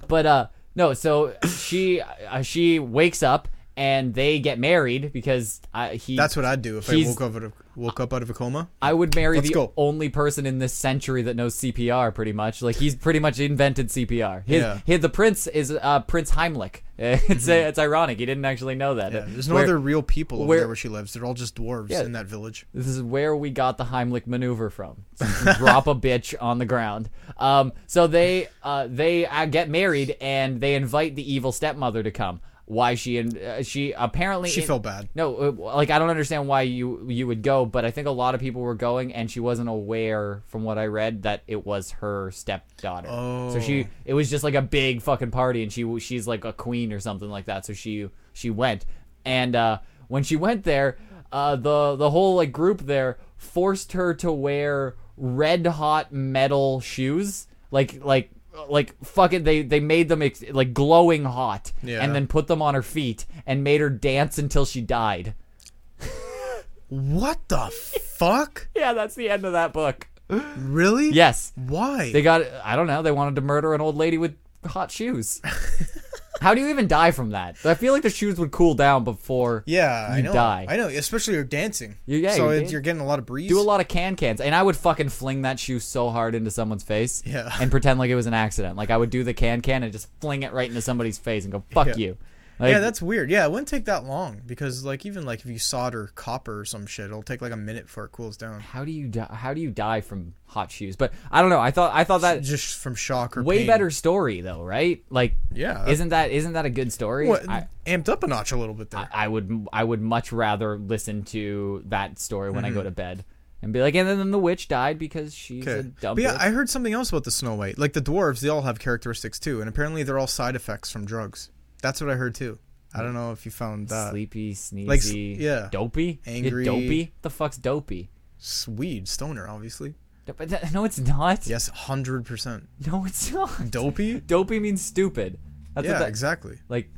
Speaker 6: but uh, no. So she uh, she wakes up and they get married because I he.
Speaker 7: That's what I'd do if
Speaker 6: He's-
Speaker 7: I woke up out of, woke up out of a coma.
Speaker 6: I would marry
Speaker 7: Let's
Speaker 6: the
Speaker 7: go.
Speaker 6: only person in this century that knows CPR. Pretty much, like he's pretty much invented CPR. His,
Speaker 7: Yeah. Mm-hmm.
Speaker 6: his- the prince is uh, Prince Heimlich. It's it's ironic he didn't actually know that.
Speaker 7: Yeah, there's no
Speaker 6: Where-
Speaker 7: other real people over
Speaker 6: where-
Speaker 7: there where she lives. They're all just dwarves
Speaker 6: Yeah.
Speaker 7: in that village.
Speaker 6: This is where we got the Heimlich maneuver from. Drop a bitch on the ground. Um, so they uh, they uh, get married and they invite the evil stepmother to come. Why she and uh, she apparently
Speaker 7: She felt bad.
Speaker 6: No, uh, like I don't understand why you you would go, but I think a lot of people were going, and she wasn't aware from what I read that it was her stepdaughter. Oh. so she it was just like a big fucking party, and she she's like a queen or something like that. So she she went, and uh, when she went there, uh, the the whole like group there forced her to wear red hot metal shoes, like like like fucking they they made them ex- like glowing hot
Speaker 7: Yeah.
Speaker 6: and then put them on her feet and made her dance until she died.
Speaker 7: What the fuck?
Speaker 6: Yeah, that's the end of that book.
Speaker 7: Really?
Speaker 6: Yes.
Speaker 7: Why?
Speaker 6: They got I don't know, they wanted to murder an old lady with hot shoes. How do you even die from that? I feel like the shoes would cool down before
Speaker 7: yeah, I
Speaker 6: you
Speaker 7: know.
Speaker 6: die.
Speaker 7: I know, especially you're dancing.
Speaker 6: You- yeah,
Speaker 7: so
Speaker 6: you
Speaker 7: it-
Speaker 6: did.
Speaker 7: you're getting a lot of breeze.
Speaker 6: do a lot of can cans, and I would fucking fling that shoe so hard into someone's face,
Speaker 7: Yeah.
Speaker 6: and pretend like it was an accident. Like I would do the can can and just fling it right into somebody's face and go fuck
Speaker 7: Yeah.
Speaker 6: you. Like,
Speaker 7: yeah, that's weird. Yeah, it wouldn't take that long because, like, even like if you solder copper or some shit, it'll take like a minute before it cools down.
Speaker 6: how do you die? How do you die from hot shoes? But I don't know. I thought I thought that
Speaker 7: Just from shock or
Speaker 6: way
Speaker 7: pain.
Speaker 6: better story though, right? Like,
Speaker 7: Yeah.
Speaker 6: isn't that isn't that a good story?
Speaker 7: What,
Speaker 6: I,
Speaker 7: amped up a notch a little bit there.
Speaker 6: I would I would much rather listen to that story when I go to bed and be like, and then the witch died because she's a
Speaker 7: Mm-hmm. Okay.
Speaker 6: dumb.
Speaker 7: But yeah,
Speaker 6: bitch."
Speaker 7: I heard something else about the Snow White. Like the dwarves, they all have characteristics too, and apparently they're all side effects from drugs. That's what I heard too. I don't know if you found that.
Speaker 6: Sleepy, sneezy,
Speaker 7: like, s- yeah.
Speaker 6: dopey, You're
Speaker 7: Angry.
Speaker 6: dopey. The fuck's dopey?
Speaker 7: Swede stoner, obviously.
Speaker 6: But that- no, it's not.
Speaker 7: Yes, hundred percent.
Speaker 6: No, it's not.
Speaker 7: Dopey?
Speaker 6: Dopey means stupid. That's
Speaker 7: yeah,
Speaker 6: what that,
Speaker 7: exactly.
Speaker 6: Like,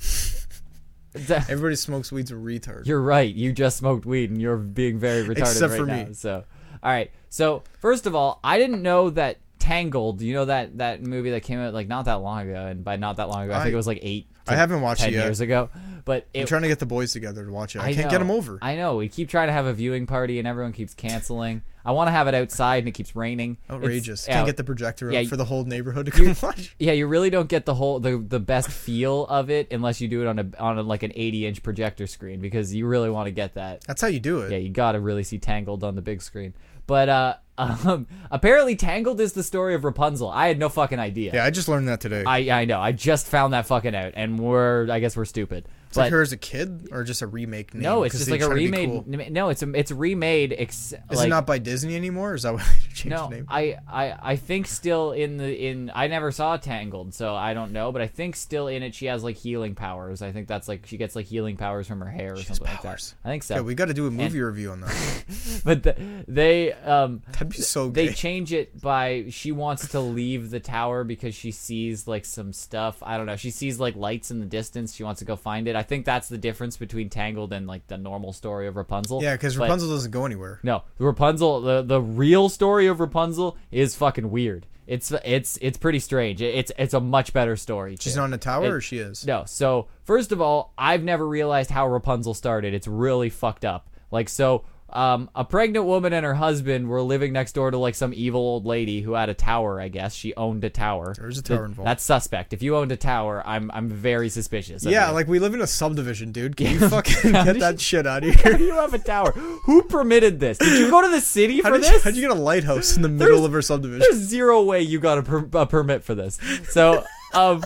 Speaker 6: that-
Speaker 7: Everybody smokes weed's a retard.
Speaker 6: You're right. You just smoked weed and you're being very retarded
Speaker 7: Except
Speaker 6: right
Speaker 7: for
Speaker 6: now.
Speaker 7: me.
Speaker 6: So, all right. So, first of all, I didn't know that Tangled. You know that that movie that came out like not that long ago, and by not that long ago, I, think
Speaker 7: I-
Speaker 6: it was like eight.
Speaker 7: I haven't watched it
Speaker 6: ten
Speaker 7: yet.
Speaker 6: years ago. But it,
Speaker 7: I'm trying to get the boys together to watch it. I, can't
Speaker 6: know.
Speaker 7: get them over.
Speaker 6: I know. We keep trying to have a viewing party, and everyone keeps canceling. I want to have it outside, and it keeps raining. It's-
Speaker 7: Outrageous.
Speaker 6: yeah.
Speaker 7: Can't get the projector
Speaker 6: yeah,
Speaker 7: up for the whole neighborhood to come watch.
Speaker 6: Yeah, you really don't get the whole the, the best feel of it unless you do it on a on a, like an 80 inch projector screen because you really want to get that.
Speaker 7: That's how you do it.
Speaker 6: Yeah, you gotta really see Tangled on the big screen. But uh, um, apparently Tangled is the story of Rapunzel. I had no fucking idea.
Speaker 7: Yeah, I just learned that today.
Speaker 6: I I know. I just found that fucking out, and we're I guess we're stupid.
Speaker 7: it's like her as a kid or just a remake name?
Speaker 6: no, it's
Speaker 7: 'Cause
Speaker 6: just
Speaker 7: they
Speaker 6: like a
Speaker 7: try to be
Speaker 6: remade.
Speaker 7: cool.
Speaker 6: No, it's a, it's remade. Ex-
Speaker 7: Is
Speaker 6: like,
Speaker 7: it not by Disney anymore? Or is that why they changed
Speaker 6: no,
Speaker 7: the name?
Speaker 6: I, I I think still in the in I never saw Tangled, so I don't know, but I think still in it she has like healing powers. I think that's like she gets like healing powers from her hair or something
Speaker 7: powers.
Speaker 6: like that. I think so.
Speaker 7: yeah, we got to do a movie review on that.
Speaker 6: but the, they um
Speaker 7: That'd be so
Speaker 6: they
Speaker 7: good.
Speaker 6: change it by she wants to leave the tower because she sees like some stuff. I don't know. She sees like lights in the distance. She wants to go find it. I think that's the difference between Tangled and like the normal story of Rapunzel.
Speaker 7: yeah, because
Speaker 6: But-
Speaker 7: Rapunzel doesn't go anywhere.
Speaker 6: no, Rapunzel. The the real story of Rapunzel is fucking weird. It's it's it's pretty strange. It- It's it's a much better story.
Speaker 7: She's
Speaker 6: too.
Speaker 7: not in a tower,
Speaker 6: It-
Speaker 7: or she is.
Speaker 6: No. So first of all, I've never realized how Rapunzel started. It's really fucked up. Like so. Um, a pregnant woman and her husband were living next door to like some evil old lady who had a tower. I guess she owned a tower.
Speaker 7: There's a tower involved.
Speaker 6: That's suspect. If you owned a tower, I'm I'm very suspicious. of
Speaker 7: Yeah,
Speaker 6: you.
Speaker 7: like we live in a subdivision, dude. Can you fucking get that shit out of here?
Speaker 6: How do you have a tower? Who permitted this? Did you go to the city
Speaker 7: How
Speaker 6: for
Speaker 7: did you,
Speaker 6: this?
Speaker 7: how'd you get a lighthouse in the middle of our
Speaker 6: There's
Speaker 7: subdivision?
Speaker 6: zero way you got a, per- a permit for this. So, um,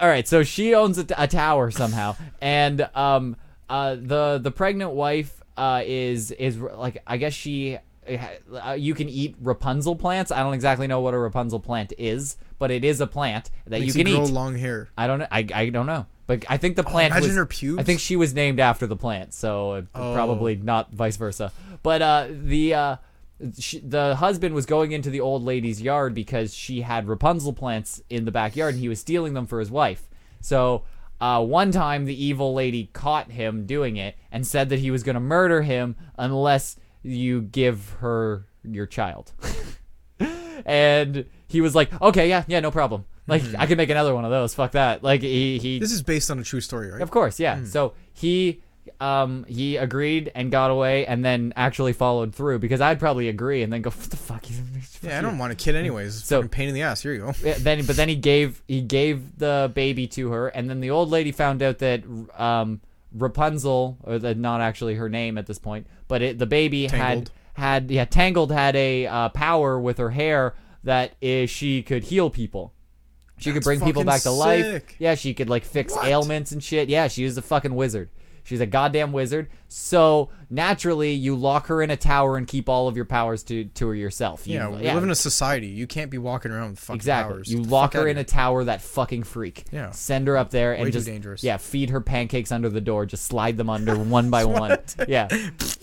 Speaker 6: all right. So she owns a, t- a tower somehow, and um, uh, the the pregnant wife uh is is like I guess she. Uh, you can eat Rapunzel plants. I don't exactly know what a Rapunzel plant is, but it is a plant that
Speaker 7: Makes
Speaker 6: you can
Speaker 7: grow
Speaker 6: eat.
Speaker 7: long hair.
Speaker 6: I don't know. I, I don't know. But I think the plant.
Speaker 7: Oh, imagine
Speaker 6: was-
Speaker 7: her pubes. Oh.
Speaker 6: I think she was named after the plant, so it, probably not vice versa. But uh, the uh, she, the husband was going into the old lady's yard because she had Rapunzel plants in the backyard, and he was stealing them for his wife. So uh, one time, the evil lady caught him doing it and said that he was going to murder him unless you give her your child. and he was like, "Okay, yeah, yeah, no problem. Like, I can make another one of those. Fuck that. Like, he he
Speaker 7: This is based on a true story, right?
Speaker 6: of course, yeah. So he um he agreed and got away and then actually followed through because I'd probably agree and then go what the fuck is
Speaker 7: Yeah, I don't want a kid anyways. It's
Speaker 6: So-
Speaker 7: fucking pain in the ass. Here you go.
Speaker 6: Yeah, then but then he gave he gave the baby to her and then the old lady found out that um Rapunzel or the, not actually her name at this point but it, the baby
Speaker 7: Tangled.
Speaker 6: had had yeah Tangled had a uh, power with her hair that is she could heal people she could bring people
Speaker 7: fucking
Speaker 6: back to life
Speaker 7: sick.
Speaker 6: yeah she could like fix ailments and shit yeah she was a fucking wizard she's a goddamn wizard so naturally you lock her in a tower and keep all of your powers to to her yourself You-
Speaker 7: Yeah, we live in a society. You can't be walking around with fucking
Speaker 6: Exactly.
Speaker 7: powers.
Speaker 6: You
Speaker 7: Get the
Speaker 6: lock
Speaker 7: fuck outta
Speaker 6: her in a
Speaker 7: here.
Speaker 6: tower, that fucking freak.
Speaker 7: Yeah.
Speaker 6: Send her up there and
Speaker 7: Way too
Speaker 6: just
Speaker 7: dangerous.
Speaker 6: yeah, feed her pancakes under the door. Just slide them under one by one. Yeah,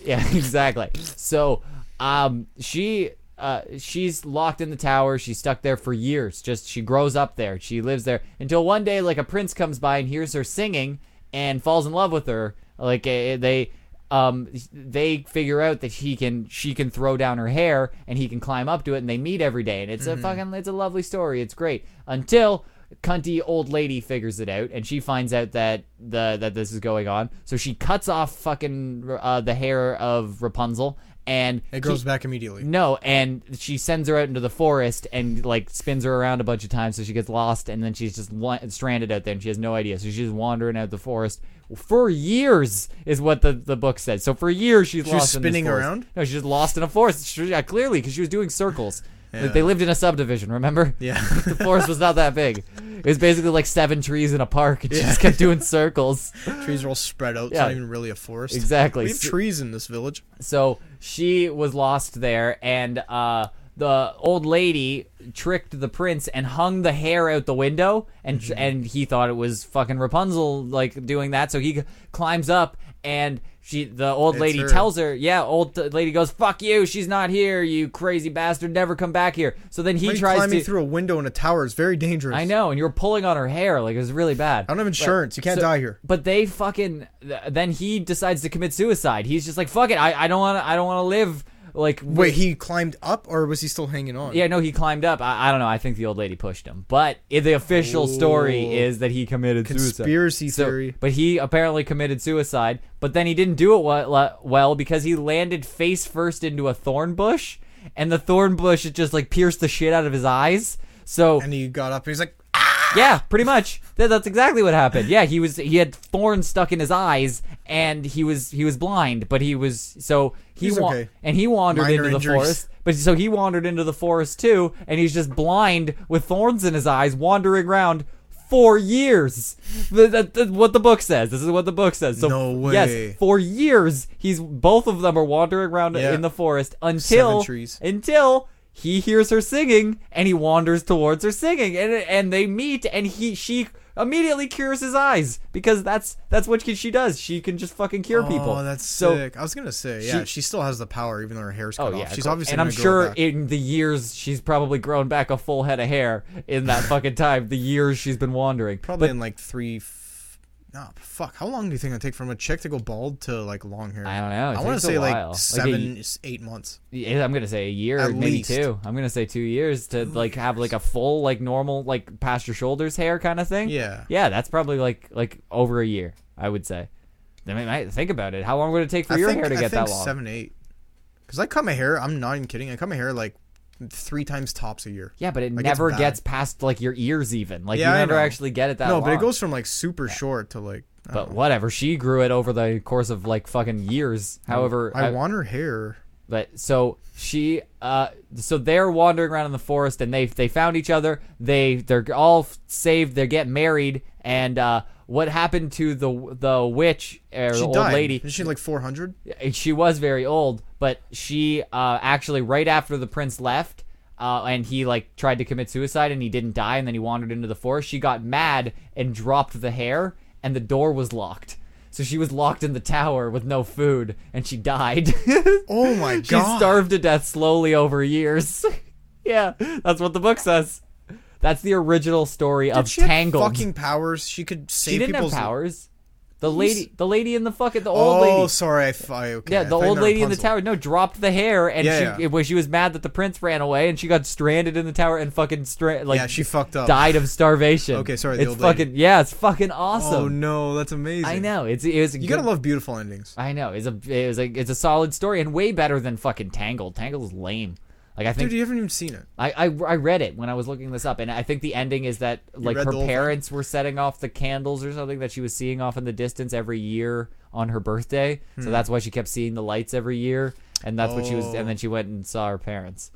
Speaker 6: yeah, exactly. So, um, she. Uh, she's locked in the tower. She's stuck there for years. Just she grows up there. She lives there until one day, like a prince comes by and hears her singing and falls in love with her. Like eh, they, um, they figure out that he can, she can throw down her hair and he can climb up to it, and they meet every day. And it's a fucking, it's a lovely story. It's great until cunty old lady figures it out and she finds out that the that this is going on so she cuts off fucking uh, the hair of rapunzel and
Speaker 7: It grows
Speaker 6: he-
Speaker 7: back immediately.
Speaker 6: no and she sends her out into the forest and like spins her around a bunch of times so she gets lost and then she's just wa- stranded out there and she has no idea so she's wandering out the forest for years is what the, the book says so for years she's
Speaker 7: She was
Speaker 6: lost in this
Speaker 7: spinning
Speaker 6: forest.
Speaker 7: around?
Speaker 6: no she's just lost in a forest she, yeah, clearly because she was doing circles Like, they lived in a subdivision remember
Speaker 7: Yeah.
Speaker 6: the forest was not that big. It was basically like seven trees in a park, and she just kept doing circles.
Speaker 7: trees are all spread out.
Speaker 6: Mm.
Speaker 7: It's
Speaker 6: Yeah.
Speaker 7: not even really a forest.
Speaker 6: Exactly.
Speaker 7: We have
Speaker 6: So-
Speaker 7: trees in this village.
Speaker 6: So she was lost there, and uh, the old lady tricked the prince and hung the hair out the
Speaker 7: Mm-hmm.
Speaker 6: window, and and he thought it was fucking Rapunzel like doing that. So he c- climbs up and she the old
Speaker 7: It's
Speaker 6: lady
Speaker 7: her.
Speaker 6: tells her, yeah, old t- lady goes, "Fuck you, she's not here, you crazy bastard, never come back here." So then he
Speaker 7: Like
Speaker 6: tries
Speaker 7: climbing
Speaker 6: to
Speaker 7: through a window in a tower is very dangerous.
Speaker 6: I know, and you were pulling on her hair, like it was really bad.
Speaker 7: I don't have insurance. You can't die here.
Speaker 6: But they fucking th- then he decides to commit suicide. He's just like, "Fuck it, I, I don't want to I don't want to live like
Speaker 7: Wait, he climbed up or was he still hanging on?
Speaker 6: yeah, no, he climbed up. I, I don't know. I think the old lady pushed him. But i- the official story is that he committed
Speaker 7: Oh. Conspiracy
Speaker 6: suicide. So-
Speaker 7: theory.
Speaker 6: but he apparently committed suicide. But then he didn't do it well, well because he landed face first into a thorn bush, and the thorn bush it just like pierced the shit out of his eyes. So
Speaker 7: And he got up and he's like,
Speaker 6: yeah, pretty much. That- That's exactly what happened. Yeah, he was he had thorns stuck in his eyes, and he was he was blind, but he was so he
Speaker 7: He's
Speaker 6: wa-
Speaker 7: okay.
Speaker 6: and he wandered
Speaker 7: Minor
Speaker 6: into the
Speaker 7: injuries.
Speaker 6: forest. But so he wandered into the forest too, and he's just blind with thorns in his eyes, wandering around for years. Th- that- That's what the book says. This is what the book says. So
Speaker 7: No way.
Speaker 6: yes, for years he's both of them are wandering around
Speaker 7: Yeah.
Speaker 6: in the forest until
Speaker 7: trees.
Speaker 6: until he hears her singing and he wanders towards her singing and and they meet and he she immediately cures his eyes because that's that's what she does. She can just fucking cure people.
Speaker 7: "Oh, that's
Speaker 6: so
Speaker 7: sick." I was gonna say, yeah, she, still has the power even though her hair's cut
Speaker 6: Oh yeah,
Speaker 7: off. She's
Speaker 6: cool.
Speaker 7: obviously
Speaker 6: and I'm
Speaker 7: gonna grow it
Speaker 6: sure
Speaker 7: back.
Speaker 6: in the years she's probably grown back a full head of hair in that fucking time. The years she's been wandering,
Speaker 7: probably
Speaker 6: But
Speaker 7: in like three. F- no, fuck. How long do you think it take from a chick to go bald to like long hair?
Speaker 6: I don't know, it
Speaker 7: I want
Speaker 6: takes
Speaker 7: to
Speaker 6: a
Speaker 7: say
Speaker 6: while.
Speaker 7: like
Speaker 6: Like a
Speaker 7: seven,
Speaker 6: y-
Speaker 7: s- eight months.
Speaker 6: Yeah, I'm gonna say a year,
Speaker 7: At
Speaker 6: maybe
Speaker 7: least.
Speaker 6: two. I'm gonna say two years to like have like a full like normal like past your shoulders hair kind of thing.
Speaker 7: Yeah.
Speaker 6: yeah, that's probably like like over a year, I would say. I mean, I- think about it. How long would it take for
Speaker 7: I
Speaker 6: your
Speaker 7: think,
Speaker 6: hair to
Speaker 7: I
Speaker 6: get
Speaker 7: think
Speaker 6: that long?
Speaker 7: Seven, eight. Because I cut my hair. I'm not even kidding. I cut my hair like three times tops a year.
Speaker 6: yeah, but it
Speaker 7: Like, it's
Speaker 6: never
Speaker 7: bad.
Speaker 6: gets past like your ears even. Like
Speaker 7: Yeah,
Speaker 6: you
Speaker 7: I
Speaker 6: never
Speaker 7: know.
Speaker 6: actually get it that
Speaker 7: No,
Speaker 6: long.
Speaker 7: but it goes from like super short to like.
Speaker 6: But
Speaker 7: I don't know.
Speaker 6: whatever, she grew it over the course of like fucking years. However,
Speaker 7: I want her hair.
Speaker 6: But so she, uh, so they're wandering around in the forest, and they they found each other. They they're all f- saved. They get married, and uh, what happened to the the witch or the
Speaker 7: She
Speaker 6: old
Speaker 7: died.
Speaker 6: lady?
Speaker 7: Isn't she like 400?
Speaker 6: she was very old, but she uh, actually right after the prince left, uh, and he like tried to commit suicide and he didn't die, and then he wandered into the forest. She got mad and dropped the hair, and the door was locked. So she was locked in the tower with no food, and she died.
Speaker 7: Oh my
Speaker 6: she
Speaker 7: god.
Speaker 6: starved to death slowly over years. yeah, that's what the book says. That's the original story of
Speaker 7: She had
Speaker 6: Tangled.
Speaker 7: fucking powers. She could save
Speaker 6: she didn't have
Speaker 7: people's
Speaker 6: powers. The lady, the lady in the fucking, the
Speaker 7: Oh,
Speaker 6: old lady.
Speaker 7: sorry. I, f- I- okay.
Speaker 6: Yeah,
Speaker 7: I
Speaker 6: the
Speaker 7: thought you
Speaker 6: old
Speaker 7: meant
Speaker 6: lady in the
Speaker 7: Rapunzel.
Speaker 6: tower. No, dropped the hair, and
Speaker 7: Yeah,
Speaker 6: she
Speaker 7: yeah.
Speaker 6: It was, she was mad that the prince ran away, and she got stranded in the tower and fucking stra- like
Speaker 7: Yeah, she fucked up.
Speaker 6: died of starvation.
Speaker 7: Okay, sorry, the
Speaker 6: It's
Speaker 7: old lady.
Speaker 6: fucking yeah, it's fucking
Speaker 7: Oh
Speaker 6: awesome.
Speaker 7: no, that's amazing.
Speaker 6: I know it's it was a
Speaker 7: You
Speaker 6: good,
Speaker 7: gotta love beautiful endings.
Speaker 6: I know it's a it was like it's a solid story and way better than fucking Tangled. Tangled is lame. Like I think
Speaker 7: Dude, you haven't even seen it.
Speaker 6: I, I, I read it when I was looking this up, and I think the ending is that like her
Speaker 7: read the whole thing?
Speaker 6: parents were setting off the candles or something that she was seeing off in the distance every year on her birthday.
Speaker 7: Hmm.
Speaker 6: So that's why she kept seeing the lights every year, and that's what she was. And then she went and saw her parents.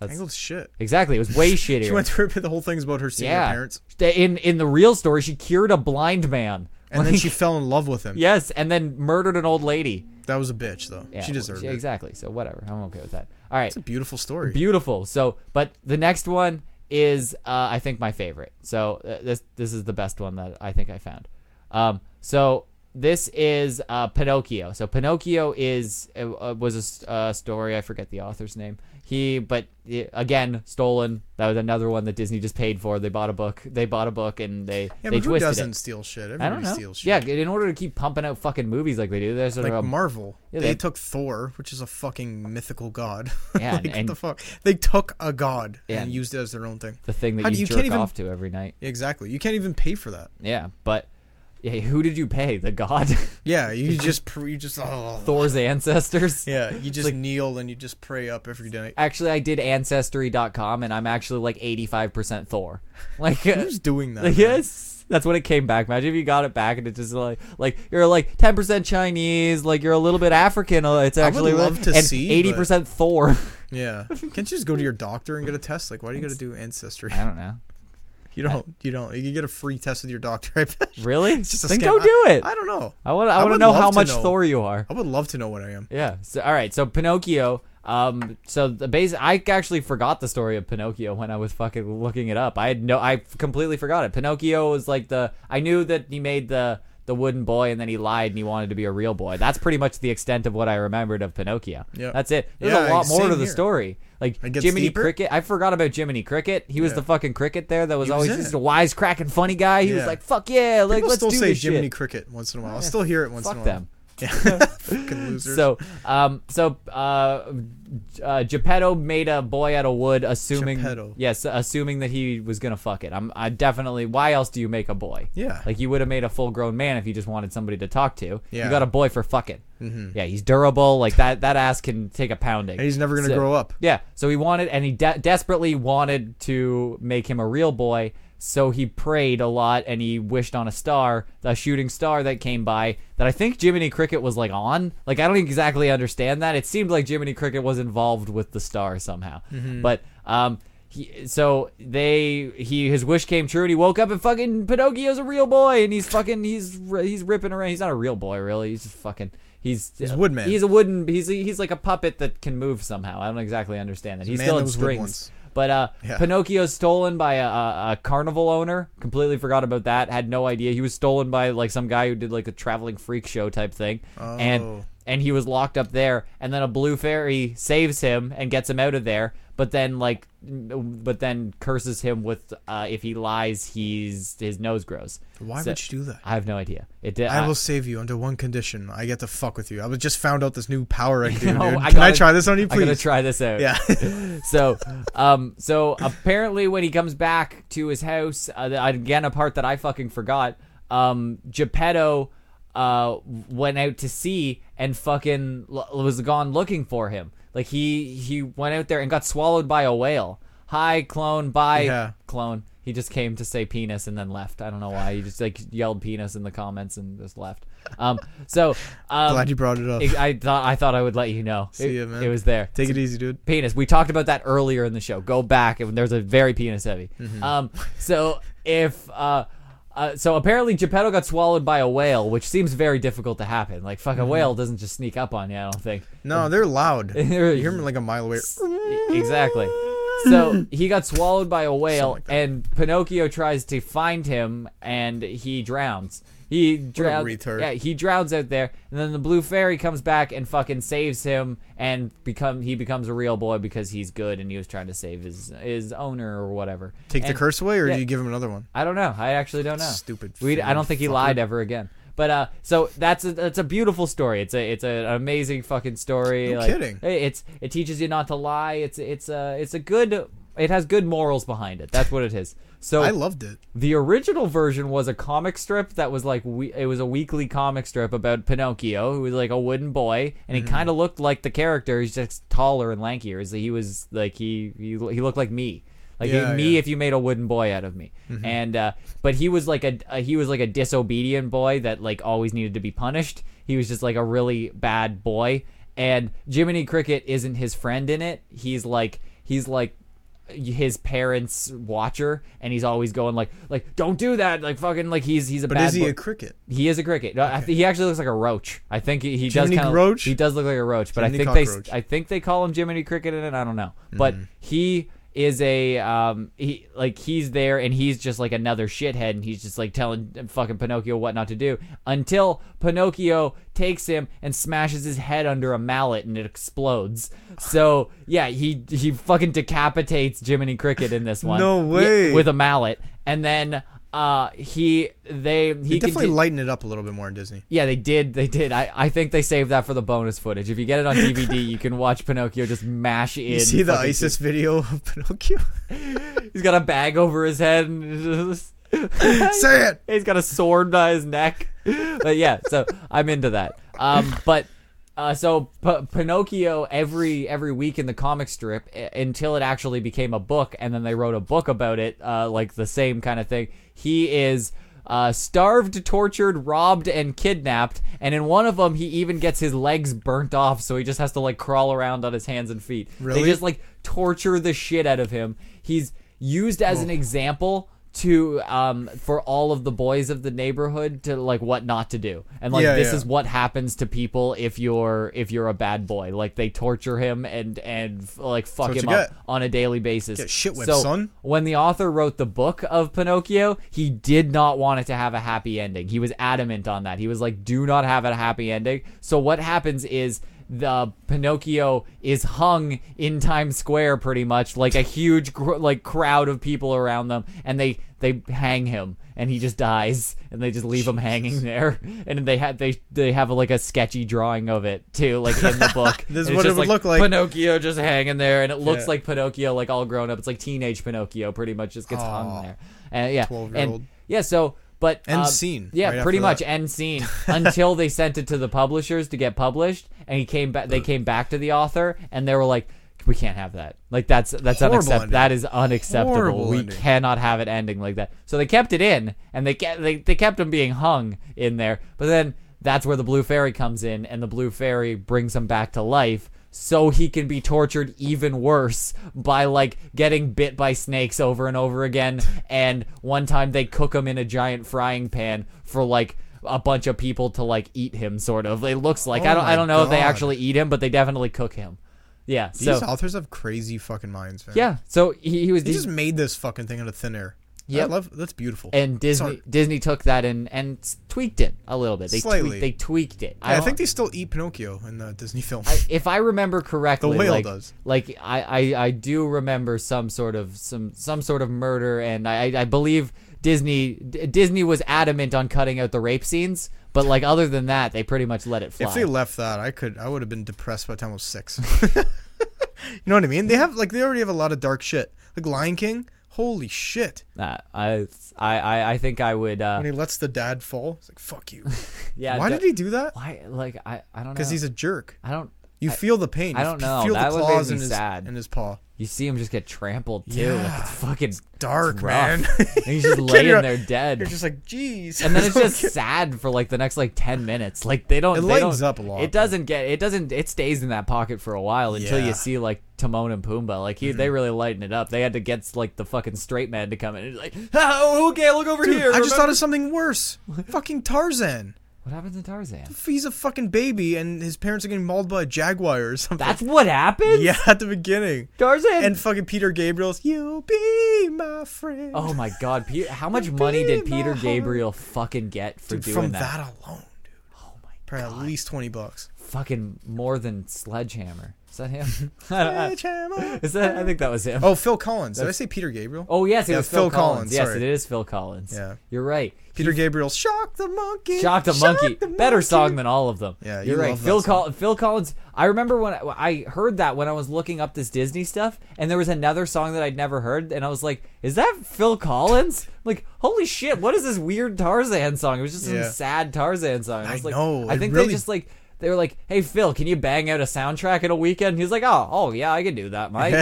Speaker 7: Tangled shit.
Speaker 6: Exactly, it was way shittier.
Speaker 7: She went through the whole thing's about her seeing
Speaker 6: yeah,
Speaker 7: her parents,
Speaker 6: in in the real story, she cured a blind man.
Speaker 7: and then
Speaker 6: Like,
Speaker 7: she fell in love with him.
Speaker 6: yes, and then murdered an old lady.
Speaker 7: that was a bitch though.
Speaker 6: Yeah,
Speaker 7: she deserved it.
Speaker 6: exactly. So whatever, I'm okay with that. All right,
Speaker 7: It's a beautiful story.
Speaker 6: beautiful. So, but the next one is uh, I think my favorite. So uh, this this is the best one that I think I found. Um, so this is uh, Pinocchio. So Pinocchio is uh, uh, was a s- uh, story. I forget the author's name. He, but uh, again, stolen. That was another one that Disney just paid for. They bought a book. They bought a book and they they
Speaker 7: yeah, but who
Speaker 6: twisted
Speaker 7: doesn't
Speaker 6: it.
Speaker 7: steal shit? Everybody
Speaker 6: I don't know.
Speaker 7: steals shit.
Speaker 6: Yeah, in order to keep pumping out fucking movies like they do, there's sort
Speaker 7: like
Speaker 6: of a
Speaker 7: Marvel.
Speaker 6: Yeah,
Speaker 7: they,
Speaker 6: they-
Speaker 7: took Thor, which is a fucking mythical god.
Speaker 6: Yeah, and-
Speaker 7: like, what the
Speaker 6: and-
Speaker 7: fuck? They took a god
Speaker 6: Yeah,
Speaker 7: and
Speaker 6: and-
Speaker 7: used it as their own thing.
Speaker 6: the thing
Speaker 7: How
Speaker 6: that
Speaker 7: do
Speaker 6: you,
Speaker 7: you
Speaker 6: jerk
Speaker 7: can't even-
Speaker 6: off to every night.
Speaker 7: Exactly. You can't even pay for that.
Speaker 6: Yeah, but yeah, who did you pay? The god.
Speaker 7: Yeah, you just pr- you just oh.
Speaker 6: Thor's ancestors.
Speaker 7: Yeah, you just kneel and you just pray up every day.
Speaker 6: Actually, I did ancestry.com and I'm actually like 85% Thor. Like
Speaker 7: Who's doing that? man?
Speaker 6: Yes. That's when it came back. Imagine if you got it back and it's just like like you're like 10% Chinese, like you're a little bit African. uh, It's actually
Speaker 7: love to
Speaker 6: and
Speaker 7: see,
Speaker 6: 80% Thor.
Speaker 7: Yeah. Can't you just go to your doctor and get a test? Like, why do you got to do ancestry?
Speaker 6: I don't know.
Speaker 7: You don't. You don't. You can get a free test with your doctor. I bet.
Speaker 6: Really?
Speaker 7: It's just a
Speaker 6: then
Speaker 7: scam.
Speaker 6: go do
Speaker 7: I-
Speaker 6: it.
Speaker 7: I don't know.
Speaker 6: I want I want to
Speaker 7: would
Speaker 6: know
Speaker 7: love
Speaker 6: how
Speaker 7: to
Speaker 6: much
Speaker 7: know.
Speaker 6: Thor you are.
Speaker 7: I would love to know what I am.
Speaker 6: Yeah. So all right. So Pinocchio. Um. So the base. I actually forgot the story of Pinocchio when I was fucking looking it up. I had no. I completely forgot it. Pinocchio was like the. I knew that he made the the wooden boy and then he lied and he wanted to be a real boy. That's pretty much the extent of what I remembered of Pinocchio.
Speaker 7: Yep.
Speaker 6: That's it. There's
Speaker 7: Yeah,
Speaker 6: a lot more
Speaker 7: same
Speaker 6: to the
Speaker 7: here.
Speaker 6: story. Like
Speaker 7: It gets
Speaker 6: Jiminy
Speaker 7: deeper.
Speaker 6: Cricket. I forgot about Jiminy Cricket. He was
Speaker 7: Yeah.
Speaker 6: the fucking cricket there that was,
Speaker 7: He was
Speaker 6: always
Speaker 7: in
Speaker 6: just
Speaker 7: it.
Speaker 6: a wise cracking funny guy. He was
Speaker 7: Yeah.
Speaker 6: like, fuck yeah, like
Speaker 7: People
Speaker 6: let's
Speaker 7: still
Speaker 6: do
Speaker 7: say
Speaker 6: this
Speaker 7: Jiminy
Speaker 6: shit.
Speaker 7: Cricket once in a while. I still hear it once
Speaker 6: Fuck
Speaker 7: in a while.
Speaker 6: them.
Speaker 7: Yeah. Fucking losers.
Speaker 6: So, um, so uh, uh, Geppetto made a boy out of wood, assuming
Speaker 7: Geppetto.
Speaker 6: yes, assuming that he was gonna fuck it. I'm, I definitely. Why else do you make a boy?
Speaker 7: Yeah.
Speaker 6: like you would have made a full grown man if you just wanted somebody to talk to.
Speaker 7: Yeah.
Speaker 6: you got a boy for fucking. Mm-hmm. Yeah, he's durable. Like that, that ass can take a pounding.
Speaker 7: And he's never gonna
Speaker 6: So-
Speaker 7: grow up.
Speaker 6: Yeah, so he wanted, and he de- desperately wanted to make him a real boy. So he prayed a lot, and he wished on a star, a shooting star that came by. That I think Jiminy Cricket was like on. Like I don't exactly understand that. It seemed like Jiminy Cricket was involved with the star somehow.
Speaker 7: Mm-hmm.
Speaker 6: But um, he, so they he his wish came true, and he woke up and fucking Pinocchio's a real boy, and he's fucking he's r- he's ripping around. He's not a real boy really. He's just fucking. He's he's
Speaker 7: a woodman.
Speaker 6: He's a wooden. He's he's like a puppet that can move somehow. I don't exactly understand that. He's
Speaker 7: man
Speaker 6: still
Speaker 7: that
Speaker 6: in
Speaker 7: was wood
Speaker 6: strings.
Speaker 7: once.
Speaker 6: But uh,
Speaker 7: Yeah.
Speaker 6: Pinocchio's stolen by a, a, a carnival owner. Completely forgot about that. Had no idea. He was stolen by like some guy who did like a traveling freak show type thing. And
Speaker 7: Oh.
Speaker 6: and he was locked up there. And then a blue fairy saves him and gets him out of there. But then like, n- but then curses him with uh, if he lies, he's his nose grows.
Speaker 7: Why
Speaker 6: So-
Speaker 7: would she do that?
Speaker 6: I have no idea. It did.
Speaker 7: I will save you under one condition. I get to fuck with you. I was just found out this new power I can do,
Speaker 6: Oh,
Speaker 7: dude.
Speaker 6: I
Speaker 7: Can I
Speaker 6: gotta-
Speaker 7: try this on you,
Speaker 6: I gotta
Speaker 7: please?
Speaker 6: try this out.
Speaker 7: Yeah.
Speaker 6: so, um, so apparently when he comes back to his house, uh, the- again a part that I fucking forgot. Um, Geppetto, uh, went out to sea and fucking l- was gone looking for him. Like he he went out there and got swallowed by a whale. Hi, clone. Bye,
Speaker 7: Yeah.
Speaker 6: clone. He just came to say penis and then left. I don't know why. He just like yelled penis in the comments and just left. Um, so um,
Speaker 7: Glad you brought it up.
Speaker 6: I I thought I thought I would let you know.
Speaker 7: See
Speaker 6: it,
Speaker 7: ya, man.
Speaker 6: it was there.
Speaker 7: Take it easy, dude.
Speaker 6: Penis. We talked about that earlier in the show. Go back. and There's a very penis heavy. Um. So if uh. Uh, so apparently Geppetto got swallowed by a whale, which seems very difficult to happen. Like fuck, a whale doesn't just sneak up on you. I don't think
Speaker 7: No, they're loud. you
Speaker 6: They're-
Speaker 7: hear them like a mile away.
Speaker 6: exactly. So he got swallowed by a whale, and Pinocchio tries to find him, and he drowns. He drowns.
Speaker 7: retard.
Speaker 6: Yeah, he drowns out there, and then the blue fairy comes back and fucking saves him, and become he becomes a real boy because he's good, and he was trying to save his his owner or whatever.
Speaker 7: Take the
Speaker 6: And-
Speaker 7: curse away, or
Speaker 6: yeah.
Speaker 7: do you give him another one?
Speaker 6: I don't know. I actually don't know.
Speaker 7: Stupid
Speaker 6: We I don't
Speaker 7: fucking
Speaker 6: think he
Speaker 7: fucker.
Speaker 6: lied ever again. But uh, so that's a, that's a beautiful story. It's a it's a, an amazing fucking story.
Speaker 7: No
Speaker 6: like,
Speaker 7: kidding.
Speaker 6: it- It's it teaches you not to lie. It's it's a it's a good. It has good morals behind it. That's what it is. So
Speaker 7: I loved it.
Speaker 6: the original version was a comic strip that was like we- it was a weekly comic strip about Pinocchio, who was like a wooden boy, and
Speaker 7: Mm-hmm.
Speaker 6: he kind of looked like the character. He's just taller and lankier. Is he was like he he, he looked like me, like
Speaker 7: Yeah,
Speaker 6: me
Speaker 7: yeah.
Speaker 6: if you made a wooden boy out of me.
Speaker 7: Mm-hmm.
Speaker 6: And uh, but he was like a, a he was like a disobedient boy that like always needed to be punished. He was just like a really bad boy. And Jiminy Cricket isn't his friend in it. He's like he's like his parents' watcher, and he's always going like, like, don't do that, like, fucking, like, he's he's a
Speaker 7: But
Speaker 6: bad.
Speaker 7: is he
Speaker 6: boy.
Speaker 7: a cricket?
Speaker 6: He is a cricket. No, I th- he actually looks like a roach. I think he, he does
Speaker 7: Jiminy
Speaker 6: kind of
Speaker 7: Roach?
Speaker 6: He does look like a roach, but
Speaker 7: Jiminy
Speaker 6: I think
Speaker 7: Cockroach.
Speaker 6: they I think they call him Jiminy Cricket in it. I don't know, but
Speaker 7: Mm-hmm.
Speaker 6: he is a um he like he's there and he's just like another shithead and he's just like telling fucking Pinocchio what not to do until Pinocchio takes him and smashes his head under a mallet and it explodes. So yeah, he he fucking decapitates Jiminy Cricket in this one.
Speaker 7: No
Speaker 6: Yeah,
Speaker 7: way.
Speaker 6: with a mallet, and then. Uh, he they he
Speaker 7: They definitely
Speaker 6: conti-
Speaker 7: lighten it up a little bit more in Disney.
Speaker 6: yeah, they did. They did. I, I think they saved that for the bonus footage. If you get it on DVD, you can watch Pinocchio just mash in.
Speaker 7: You see the
Speaker 6: fucking-
Speaker 7: ISIS video of Pinocchio?
Speaker 6: He's got a bag over his head. And
Speaker 7: Say it.
Speaker 6: He's got a sword by his neck. But yeah, so I'm into that. Um, but uh, so P- Pinocchio every every week in the comic strip i- until it actually became a book, and then they wrote a book about it, uh, like the same kind of thing. He is. Uh, starved, tortured, robbed, and kidnapped, and in one of them, he even gets his legs burnt off, so he just has to like crawl around on his hands and feet. They
Speaker 7: Really?
Speaker 6: just like torture the shit out of him. He's used as an example to um for all of the boys of the neighborhood to like what not to do and like
Speaker 7: Yeah,
Speaker 6: this
Speaker 7: yeah.
Speaker 6: is what happens to people if you're if you're a bad boy like they torture him and and like fuck
Speaker 7: what
Speaker 6: him
Speaker 7: you
Speaker 6: up
Speaker 7: get.
Speaker 6: on a daily basis
Speaker 7: Get shit whipped,
Speaker 6: so
Speaker 7: son.
Speaker 6: when the author wrote the book of pinocchio he did not want it to have a happy ending he was adamant on that he was like do not have a happy ending so what happens is the Pinocchio is hung in Times Square pretty much like a huge gr- like crowd of people around them and they they hang him and he just dies and they just leave him hanging there and they had they they have like a sketchy drawing of it too like in the book
Speaker 7: This is
Speaker 6: And
Speaker 7: what
Speaker 6: it's
Speaker 7: it
Speaker 6: just
Speaker 7: would look like.
Speaker 6: Pinocchio just hanging there and it looks
Speaker 7: Yeah.
Speaker 6: like Pinocchio like all grown up it's like teenage Pinocchio pretty much just gets hung there and yeah
Speaker 7: 12-year-old.
Speaker 6: and yeah so but
Speaker 7: End
Speaker 6: um,
Speaker 7: scene,
Speaker 6: yeah
Speaker 7: right
Speaker 6: pretty
Speaker 7: after
Speaker 6: much
Speaker 7: that.
Speaker 6: end scene until they sent it to the publishers to get published and he came back they came back to the author and they were like we can't have that like that's that's
Speaker 7: Horrible
Speaker 6: unacceptable
Speaker 7: ending.
Speaker 6: that is unacceptable
Speaker 7: Horrible
Speaker 6: we
Speaker 7: ending.
Speaker 6: cannot have it ending like that so they kept it in and they kept they, they kept him being hung in there but then that's where the blue fairy comes in and the blue fairy brings him back to life so he can be tortured even worse by like getting bit by snakes over and over again and one time they cook him in a giant frying pan for like a bunch of people to like eat him sort of it looks like
Speaker 7: Oh
Speaker 6: i don't i
Speaker 7: my
Speaker 6: don't know if they
Speaker 7: God.
Speaker 6: actually eat him but they definitely cook him yeah so
Speaker 7: These authors have crazy fucking minds, man.
Speaker 6: yeah so he, he was
Speaker 7: They just made this fucking thing out of thin air. Yeah.
Speaker 6: Yep.
Speaker 7: love that's beautiful.
Speaker 6: and Disney
Speaker 7: Sorry.
Speaker 6: Disney took that and and tweaked it a little bit. They
Speaker 7: Slightly.
Speaker 6: tweaked, they tweaked it.
Speaker 7: Yeah, I,
Speaker 6: don't-
Speaker 7: think they still eat Pinocchio in the Disney film.
Speaker 6: if I remember correctly,
Speaker 7: The whale
Speaker 6: like,
Speaker 7: does.
Speaker 6: Like I, I, I do remember some sort of some some sort of murder, and I I I believe Disney D- Disney was adamant on cutting out the rape scenes, but like other than that, they pretty much let it fly.
Speaker 7: if they left that, I could I would have been depressed by the time I was six. you know what I mean? They have like they already have a lot of dark shit. Like Lion King, holy shit.
Speaker 6: Nah, I I I I think I would. Uh,
Speaker 7: When he lets the dad fall, it's like fuck you.
Speaker 6: yeah.
Speaker 7: Why
Speaker 6: d-
Speaker 7: did he do that?
Speaker 6: Why like I I don't know.
Speaker 7: Because he's a jerk.
Speaker 6: I don't.
Speaker 7: You feel the pain.
Speaker 6: I don't know.
Speaker 7: You feel
Speaker 6: That
Speaker 7: the
Speaker 6: would make
Speaker 7: claws
Speaker 6: me
Speaker 7: in his
Speaker 6: sad.
Speaker 7: in his paw.
Speaker 6: You see him just get trampled too. Like
Speaker 7: Yeah.
Speaker 6: it's fucking
Speaker 7: Dark
Speaker 6: rough.
Speaker 7: man.
Speaker 6: And he's just
Speaker 7: You're
Speaker 6: laying
Speaker 7: kidding.
Speaker 6: there dead.
Speaker 7: You're just like, jeez.
Speaker 6: and then it's just sad for like the next like 10 minutes like they don't
Speaker 7: It
Speaker 6: they
Speaker 7: lightens
Speaker 6: don't-
Speaker 7: up a lot,
Speaker 6: it doesn't get it doesn't it stays in that pocket for a while until
Speaker 7: Yeah. Mm-hmm.
Speaker 6: you see like timon and pumbaa like he, they really lighten it up they had to get like the fucking straight man to come in and like oh okay look over
Speaker 7: Dude,
Speaker 6: here
Speaker 7: I just
Speaker 6: remember-"
Speaker 7: thought of something worse. fucking Tarzan.
Speaker 6: what happens in tarzan
Speaker 7: He's a fucking baby, and his parents are getting mauled by a jaguar or something.
Speaker 6: that's what happens
Speaker 7: yeah, at the beginning.
Speaker 6: tarzan
Speaker 7: And fucking Peter Gabriel's "You Be My Friend."
Speaker 6: oh my god peter how much money did
Speaker 7: Be my
Speaker 6: peter
Speaker 7: heart.
Speaker 6: gabriel fucking get for
Speaker 7: dude,
Speaker 6: doing
Speaker 7: from
Speaker 6: that?
Speaker 7: that. alone, dude. Oh my Probably at least twenty bucks.
Speaker 6: fucking more than sledgehammer is that him I don't- I-
Speaker 7: Sledgehammer.
Speaker 6: is that i think that was him
Speaker 7: Oh, Phil Collins. Did I say Peter Gabriel?
Speaker 6: Oh yes, it
Speaker 7: Yeah,
Speaker 6: was Phil,
Speaker 7: Phil
Speaker 6: Collins.
Speaker 7: Collins,
Speaker 6: Yes,
Speaker 7: sorry.
Speaker 6: it is Phil Collins.
Speaker 7: Yeah.
Speaker 6: you're right.
Speaker 7: Peter Gabriel. Shock the monkey.
Speaker 6: Shock the monkey, better song than all of them.
Speaker 7: Yeah, you
Speaker 6: you're right.
Speaker 7: love that
Speaker 6: Phil
Speaker 7: song.
Speaker 6: Col- Phil Collins. I remember when I, when I heard that when I was looking up this Disney stuff, and there was another song that I'd never heard, and I was like, "Is that Phil Collins?" like, holy shit, what is this weird Tarzan song? It was just some
Speaker 7: Yeah.
Speaker 6: sad Tarzan song. And I
Speaker 7: I
Speaker 6: was like,
Speaker 7: know,
Speaker 6: I
Speaker 7: it
Speaker 6: think they
Speaker 7: really-
Speaker 6: just like. They were like, "Hey Phil, can you bang out a soundtrack in a weekend?" He's like, "Oh, oh yeah, I can do that, Mike."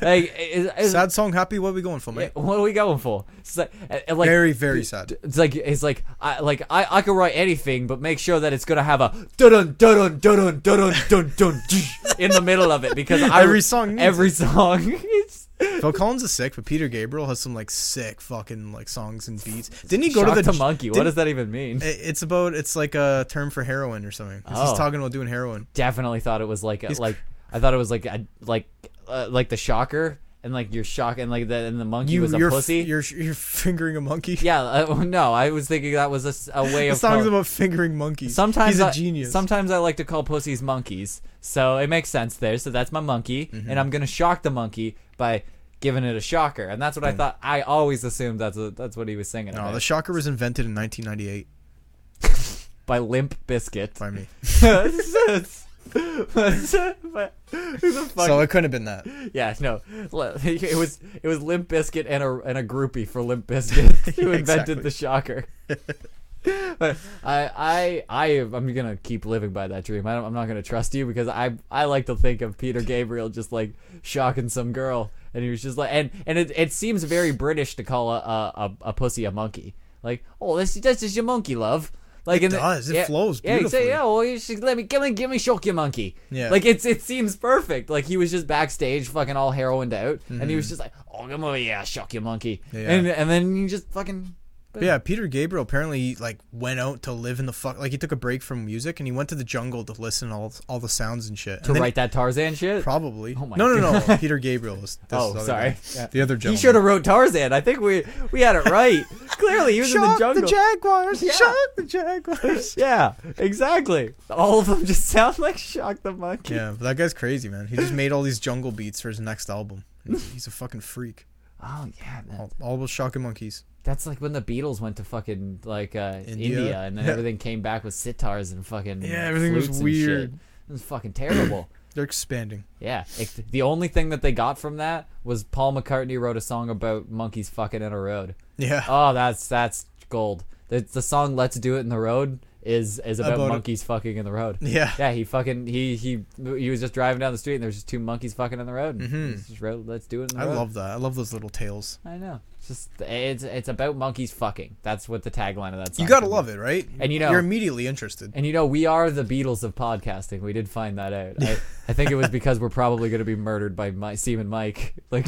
Speaker 6: like, is, is,
Speaker 7: Sad song, happy. What are we going for, mate?
Speaker 6: what are we going for? It's like, and- and like
Speaker 7: very, very sad.
Speaker 6: it's like it's like I like I, I could write anything, but make sure that it's gonna have a dun dun dun dun dun dun dun dun in the middle of it because I,
Speaker 7: Every song needs
Speaker 6: every song. It's,
Speaker 7: Phil Collins is sick, but Peter Gabriel has some like sick fucking like songs and beats. Didn't he go
Speaker 6: Shock
Speaker 7: to the,
Speaker 6: monkey. What
Speaker 7: didn't-
Speaker 6: does that even mean?
Speaker 7: It- It's about it's like a term for heroin or something. 'Cause
Speaker 6: Oh.
Speaker 7: He's talking about doing heroin.
Speaker 6: Definitely thought it was like a, like I thought it was like a, like uh, like the shocker and like your shock and like that and the monkey was a
Speaker 7: you're,
Speaker 6: pussy.
Speaker 7: You're you're fingering a monkey.
Speaker 6: yeah, uh, no, I was thinking that was a s- a, way
Speaker 7: the
Speaker 6: of
Speaker 7: song's
Speaker 6: telling-
Speaker 7: about fingering monkeys.
Speaker 6: Sometimes
Speaker 7: he's a
Speaker 6: I-
Speaker 7: genius.
Speaker 6: Sometimes I like to call pussies monkeys, so it makes sense there. So that's my monkey,
Speaker 7: Mm-hmm.
Speaker 6: and I'm gonna shock the monkey by giving it a shocker, and that's what I thought. I always assumed that's what that's what he was singing
Speaker 7: no,
Speaker 6: about.
Speaker 7: Mm. Oh, the shocker was invented in 1998
Speaker 6: by Limp Biscuit.
Speaker 7: by me, so
Speaker 6: so
Speaker 7: it couldn't have been that.
Speaker 6: yeah, no, Li- it was it was Limp Biscuit and a and a groupie for Limp Biscuit who
Speaker 7: Yeah,
Speaker 6: invented the
Speaker 7: exactly.
Speaker 6: shocker. but I I I I'm gonna keep living by that dream. I don't, I'm not gonna trust you because I I like to think of Peter Gabriel just like shocking some girl, and he was just like, and and it, it seems very British to call a a, a, a pussy a monkey. Like, oh, this this is your monkey, love. Like in
Speaker 7: does. It
Speaker 6: yeah,
Speaker 7: flows
Speaker 6: Yeah, he'd say,
Speaker 7: beautifully.
Speaker 6: "Yeah, well, you should let me come and give me shock you monkey."
Speaker 7: Yeah.
Speaker 6: like it's it seems perfect. Like he was just backstage, fucking all heroined out, and he was just like, "Oh, come over here, shock you monkey,"
Speaker 7: Mhm. Yeah.
Speaker 6: and and then you just fucking
Speaker 7: But yeah, Peter Gabriel apparently like went out to live in the fuck. Like he took a break from music and he went to the jungle to listen to all all the sounds and shit.
Speaker 6: to write that Tarzan shit.
Speaker 7: Probably.
Speaker 6: Oh my
Speaker 7: no, no, no.
Speaker 6: God.
Speaker 7: Peter Gabriel. Is, this
Speaker 6: Oh,
Speaker 7: is the other
Speaker 6: sorry.
Speaker 7: guy. The other
Speaker 6: He
Speaker 7: gentleman.
Speaker 6: should have wrote Tarzan. I think we we had it right. Clearly, he was in the
Speaker 7: Shot
Speaker 6: jungle.
Speaker 7: Jaguars.
Speaker 6: Yeah.
Speaker 7: Shot the Jaguars.
Speaker 6: yeah, exactly. All of them just sound like Shock the Monkey.
Speaker 7: yeah, but that guy's crazy, man. He just made all these jungle beats for his next album. He's, he's a fucking freak.
Speaker 6: Oh yeah, man.
Speaker 7: All, all those shocking monkeys.
Speaker 6: That's like when the Beatles went to fucking like uh, India.
Speaker 7: India.
Speaker 6: and then
Speaker 7: Yeah.
Speaker 6: everything came back with sitars and fucking
Speaker 7: Yeah, everything was
Speaker 6: flutes and shit.
Speaker 7: weird.
Speaker 6: It was fucking terrible.
Speaker 7: They're expanding.
Speaker 6: yeah, Ex- the only thing that they got from that was Paul McCartney wrote a song about monkeys fucking in a road.
Speaker 7: Yeah.
Speaker 6: Oh, that's that's gold. The, the song "Let's Do It in the Road" is is about,
Speaker 7: About it.
Speaker 6: monkeys fucking in the road.
Speaker 7: Yeah.
Speaker 6: yeah. He fucking he he he was just driving down the street and there was just two monkeys fucking in the road. And he just wrote "Let's Do It in the
Speaker 7: Mm-hmm. I
Speaker 6: Road."
Speaker 7: love that. I love those little tales.
Speaker 6: I know. It's just it's it's about monkeys fucking. That's what the tagline of that. Song
Speaker 7: You gotta
Speaker 6: should be.
Speaker 7: love it, right?
Speaker 6: And you know-
Speaker 7: you're immediately interested.
Speaker 6: And you know, we are the Beatles of podcasting. We did find that out. I, I think it was because we're probably going to be murdered by my, Seam and Mike. Like,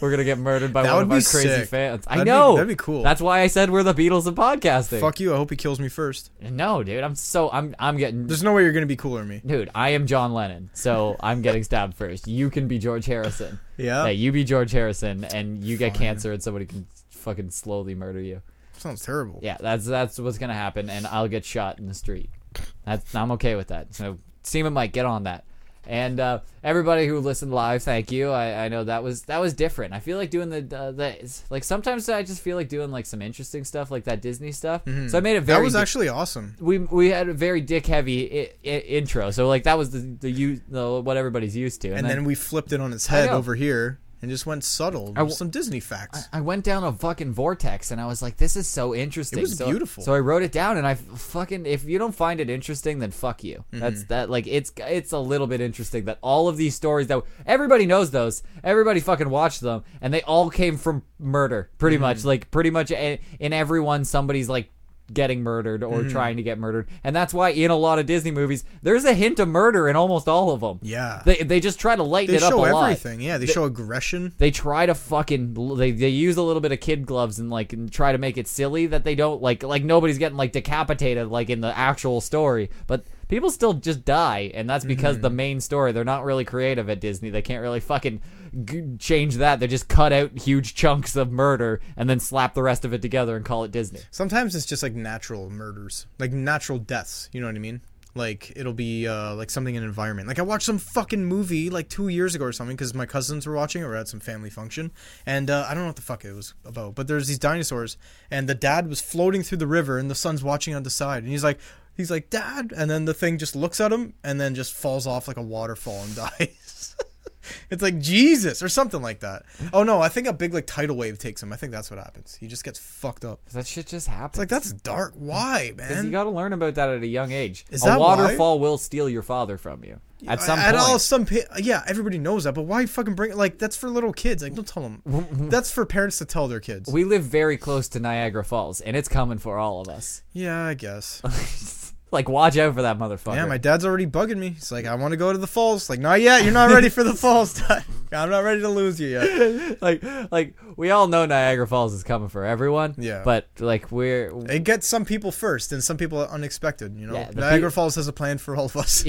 Speaker 6: we're going to get murdered by
Speaker 7: That
Speaker 6: one
Speaker 7: would
Speaker 6: of our
Speaker 7: be
Speaker 6: crazy
Speaker 7: sick.
Speaker 6: fans. I
Speaker 7: That'd be-
Speaker 6: know.
Speaker 7: that'd be cool.
Speaker 6: That's why I said we're the Beatles of podcasting.
Speaker 7: Fuck you. I hope he kills me first.
Speaker 6: No, dude. I'm so, I'm, I'm getting,
Speaker 7: There's no way you're gonna be cooler than me.
Speaker 6: dude, I am John Lennon. So I'm getting stabbed first. You can be George Harrison.
Speaker 7: Yeah.
Speaker 6: Hey, you be George Harrison and you get cancer and somebody can fucking slowly murder you.
Speaker 7: Sounds terrible.
Speaker 6: Yeah, that's that's what's gonna happen, and I'll get shot in the street. That's I'm okay with that. So Seaman might get on that. And uh, everybody who listened live, thank you. I, I know that was that was different. I feel like doing the uh, the like sometimes I just feel like doing like some interesting stuff like that Disney stuff. So I made it very
Speaker 7: Mm-hmm. That was
Speaker 6: di-
Speaker 7: actually awesome.
Speaker 6: we we had a very dick heavy I- I- intro. So like that was the the, u- the what everybody's used to.
Speaker 7: And then, we flipped it on its head
Speaker 6: know.
Speaker 7: over here and just went subtle. with
Speaker 6: w-
Speaker 7: some Disney facts.
Speaker 6: I went down a fucking vortex and I was like, this is so interesting.
Speaker 7: It was
Speaker 6: so,
Speaker 7: beautiful.
Speaker 6: So I wrote it down and I f- fucking, if you don't find it interesting, then fuck you.
Speaker 7: Mm-hmm.
Speaker 6: That's that, like, it's, it's a little bit interesting that all of these stories that everybody knows those, everybody fucking watched them and they all came from murder
Speaker 7: Mm-hmm.
Speaker 6: pretty much. Like, pretty much a- in everyone, somebody's like, getting murdered or
Speaker 7: Mm-hmm.
Speaker 6: trying to get murdered and that's why in a lot of disney movies there's a hint of murder in almost all of them
Speaker 7: Yeah.
Speaker 6: they, they just try to lighten
Speaker 7: they
Speaker 6: it up
Speaker 7: show
Speaker 6: a lot
Speaker 7: everything. Yeah, they, show aggression.
Speaker 6: they try to fucking they, they use a little bit of kid gloves and like and try to make it silly that they don't like like nobody's getting like decapitated like in the actual story but people still just die and that's
Speaker 7: Mm-hmm.
Speaker 6: because the main story they're not really creative at disney they can't really fucking g- change that they just cut out huge chunks of murder and then slap the rest of it together and call it disney
Speaker 7: Sometimes it's just like natural murders, like natural deaths. You know what I mean? Like it'll be uh, like something in an environment. Like I watched some fucking movie like two years ago or something because my cousins were watching it. We're at some family function, and uh, I don't know what the fuck it was about. But there's these dinosaurs, and the dad was floating through the river, and the son's watching on the side, and he's like, he's like, Dad, and then the thing just looks at him, and then just falls off like a waterfall and dies. It's like Jesus or something like that. Oh no, I think a big like tidal wave takes him. I think that's what happens. He just gets fucked up.
Speaker 6: that shit just happens
Speaker 7: It's like that's dark. Why,
Speaker 6: you
Speaker 7: man?
Speaker 6: got to learn about that at a young age
Speaker 7: Is
Speaker 6: a
Speaker 7: that why?
Speaker 6: waterfall will steal your father from you at some
Speaker 7: At
Speaker 6: point
Speaker 7: all, some pa- yeah, everybody knows that. But why fucking bring like that's for little kids? Like don't tell them. that's for parents to tell their kids.
Speaker 6: we live very close to Niagara Falls, and it's coming for all of us.
Speaker 7: yeah, I guess.
Speaker 6: Like, watch out for that motherfucker.
Speaker 7: Yeah, my dad's already bugging me. He's like, I want to go to the falls. Like, not yet. You're not ready for the falls. Dad. I'm not ready to lose you yet.
Speaker 6: like, like we all know Niagara Falls is coming for everyone.
Speaker 7: Yeah.
Speaker 6: But like, we're
Speaker 7: It gets some people first, and some people are unexpected. You know,
Speaker 6: Yeah, the
Speaker 7: Niagara
Speaker 6: pe-
Speaker 7: Falls has a plan for all of us.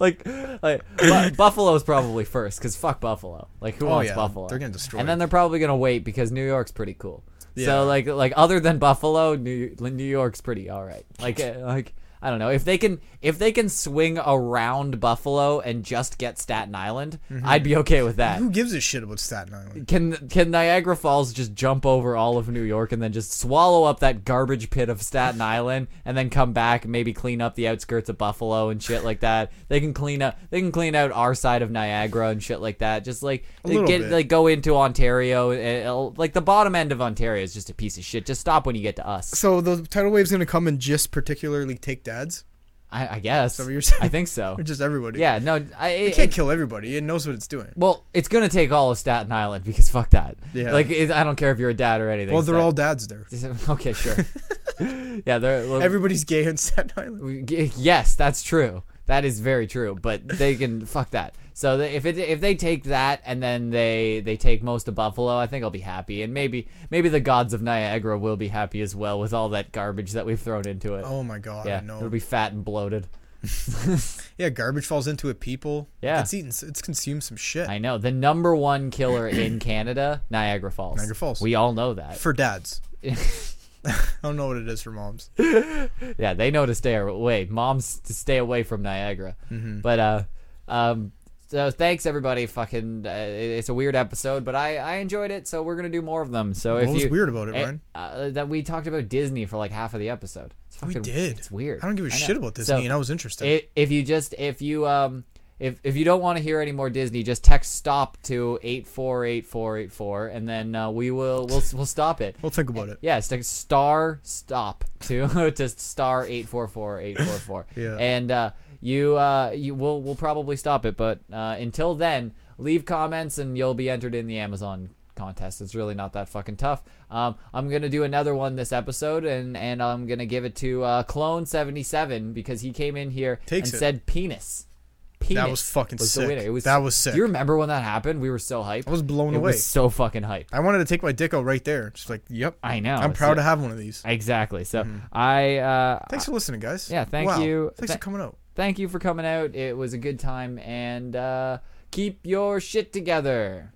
Speaker 6: like, like bu- Buffalo's probably first because fuck Buffalo. Like, who
Speaker 7: Oh,
Speaker 6: wants
Speaker 7: yeah,
Speaker 6: Buffalo?
Speaker 7: they're getting destroyed.
Speaker 6: And then they're probably gonna wait because New York's pretty cool.
Speaker 7: Yeah.
Speaker 6: So like, like other than Buffalo, New New York's pretty all right. Like, uh, like. I don't know if they can if they can swing around Buffalo and just get Staten Island,
Speaker 7: Mm-hmm.
Speaker 6: I'd be okay with that.
Speaker 7: Who gives a shit about Staten Island?
Speaker 6: Can can Niagara Falls just jump over all of New York and then just swallow up that garbage pit of Staten Island and then come back and maybe clean up the outskirts of Buffalo and shit like that? They can clean up they can clean out our side of Niagara and shit like that. Just like
Speaker 7: little
Speaker 6: get
Speaker 7: bit.
Speaker 6: like go into Ontario and it'll- like the bottom end of Ontario is just a piece of shit. Just stop when you get to us.
Speaker 7: So the tidal wave's gonna come and just particularly take dads.
Speaker 6: I, I guess.
Speaker 7: that what you're saying?
Speaker 6: I think so.
Speaker 7: Or just everybody.
Speaker 6: Oh. yeah, no, I
Speaker 7: It can't kill everybody. It knows what it's doing.
Speaker 6: Well, it's gonna take all of Staten Island because fuck that.
Speaker 7: Yeah.
Speaker 6: Like it, I don't care if you're a dad or anything.
Speaker 7: Well, they're all
Speaker 6: Stat-
Speaker 7: dads there.
Speaker 6: okay, sure. yeah, they're well,
Speaker 7: Everybody's gay in Staten Island.
Speaker 6: we- g- yes, that's true. That is very true. But they can fuck that. So they, if it, if they take that and then they they take most of Buffalo, I think I'll be happy. And maybe maybe the gods of Niagara will be happy as well with all that garbage that we've thrown into it.
Speaker 7: Oh my god,
Speaker 6: yeah,
Speaker 7: no.
Speaker 6: it'll be fat and bloated.
Speaker 7: yeah, garbage falls into it. People.
Speaker 6: Yeah.
Speaker 7: it's eaten. It's consumed some shit
Speaker 6: I know the number one killer in Canada, Niagara Falls.
Speaker 7: Niagara Falls.
Speaker 6: We all know that.
Speaker 7: for dads. I don't know what it is for moms.
Speaker 6: yeah, they know to stay away. Moms to stay away from Niagara.
Speaker 7: Mm-hmm.
Speaker 6: But uh, um, so thanks everybody. Fucking, uh, it- it's a weird episode, but I I enjoyed it. So we're gonna do more of them. So if
Speaker 7: What was
Speaker 6: you
Speaker 7: weird about it,
Speaker 6: eh,
Speaker 7: Ryan?
Speaker 6: uh, that we talked about Disney for like half of the episode. It's
Speaker 7: We
Speaker 6: fucking-
Speaker 7: did.
Speaker 6: It's weird.
Speaker 7: I don't give a
Speaker 6: know.
Speaker 7: shit about this,
Speaker 6: So,
Speaker 7: and I was interested.
Speaker 6: i- if you just if you um if if you don't want to hear any more Disney, just text stop to eight four eight four eight four, and then uh, we will we'll we'll stop it.
Speaker 7: we'll think about it.
Speaker 6: Yeah, it's like star stop to to star eight four four eight four four.
Speaker 7: Yeah.
Speaker 6: And uh, you uh you will we'll probably stop it, but uh, until then, leave comments and you'll be entered in the Amazon contest. It's really not that fucking tough. Um, I'm gonna do another one this episode, and and I'm gonna give it to uh, Clone seventy seven because he came in here
Speaker 7: Takes
Speaker 6: and
Speaker 7: it.
Speaker 6: said penis. Penis
Speaker 7: That was fucking
Speaker 6: was The
Speaker 7: sick.
Speaker 6: winner. It was
Speaker 7: That was sick.
Speaker 6: Do you remember when that happened? We were so hyped. I
Speaker 7: was blown
Speaker 6: it
Speaker 7: away.
Speaker 6: Was so fucking hyped.
Speaker 7: I wanted to take my dick out right there. Just like, yep.
Speaker 6: I know,
Speaker 7: I'm
Speaker 6: it's
Speaker 7: proud
Speaker 6: like-
Speaker 7: to have one of these.
Speaker 6: Exactly. So
Speaker 7: Mm-hmm.
Speaker 6: I uh,
Speaker 7: Thanks for listening, guys.
Speaker 6: Yeah, thank
Speaker 7: Wow.
Speaker 6: you.
Speaker 7: Thanks
Speaker 6: Tha-
Speaker 7: for coming out.
Speaker 6: thank you for coming out. It was a good time, and uh, keep your shit together.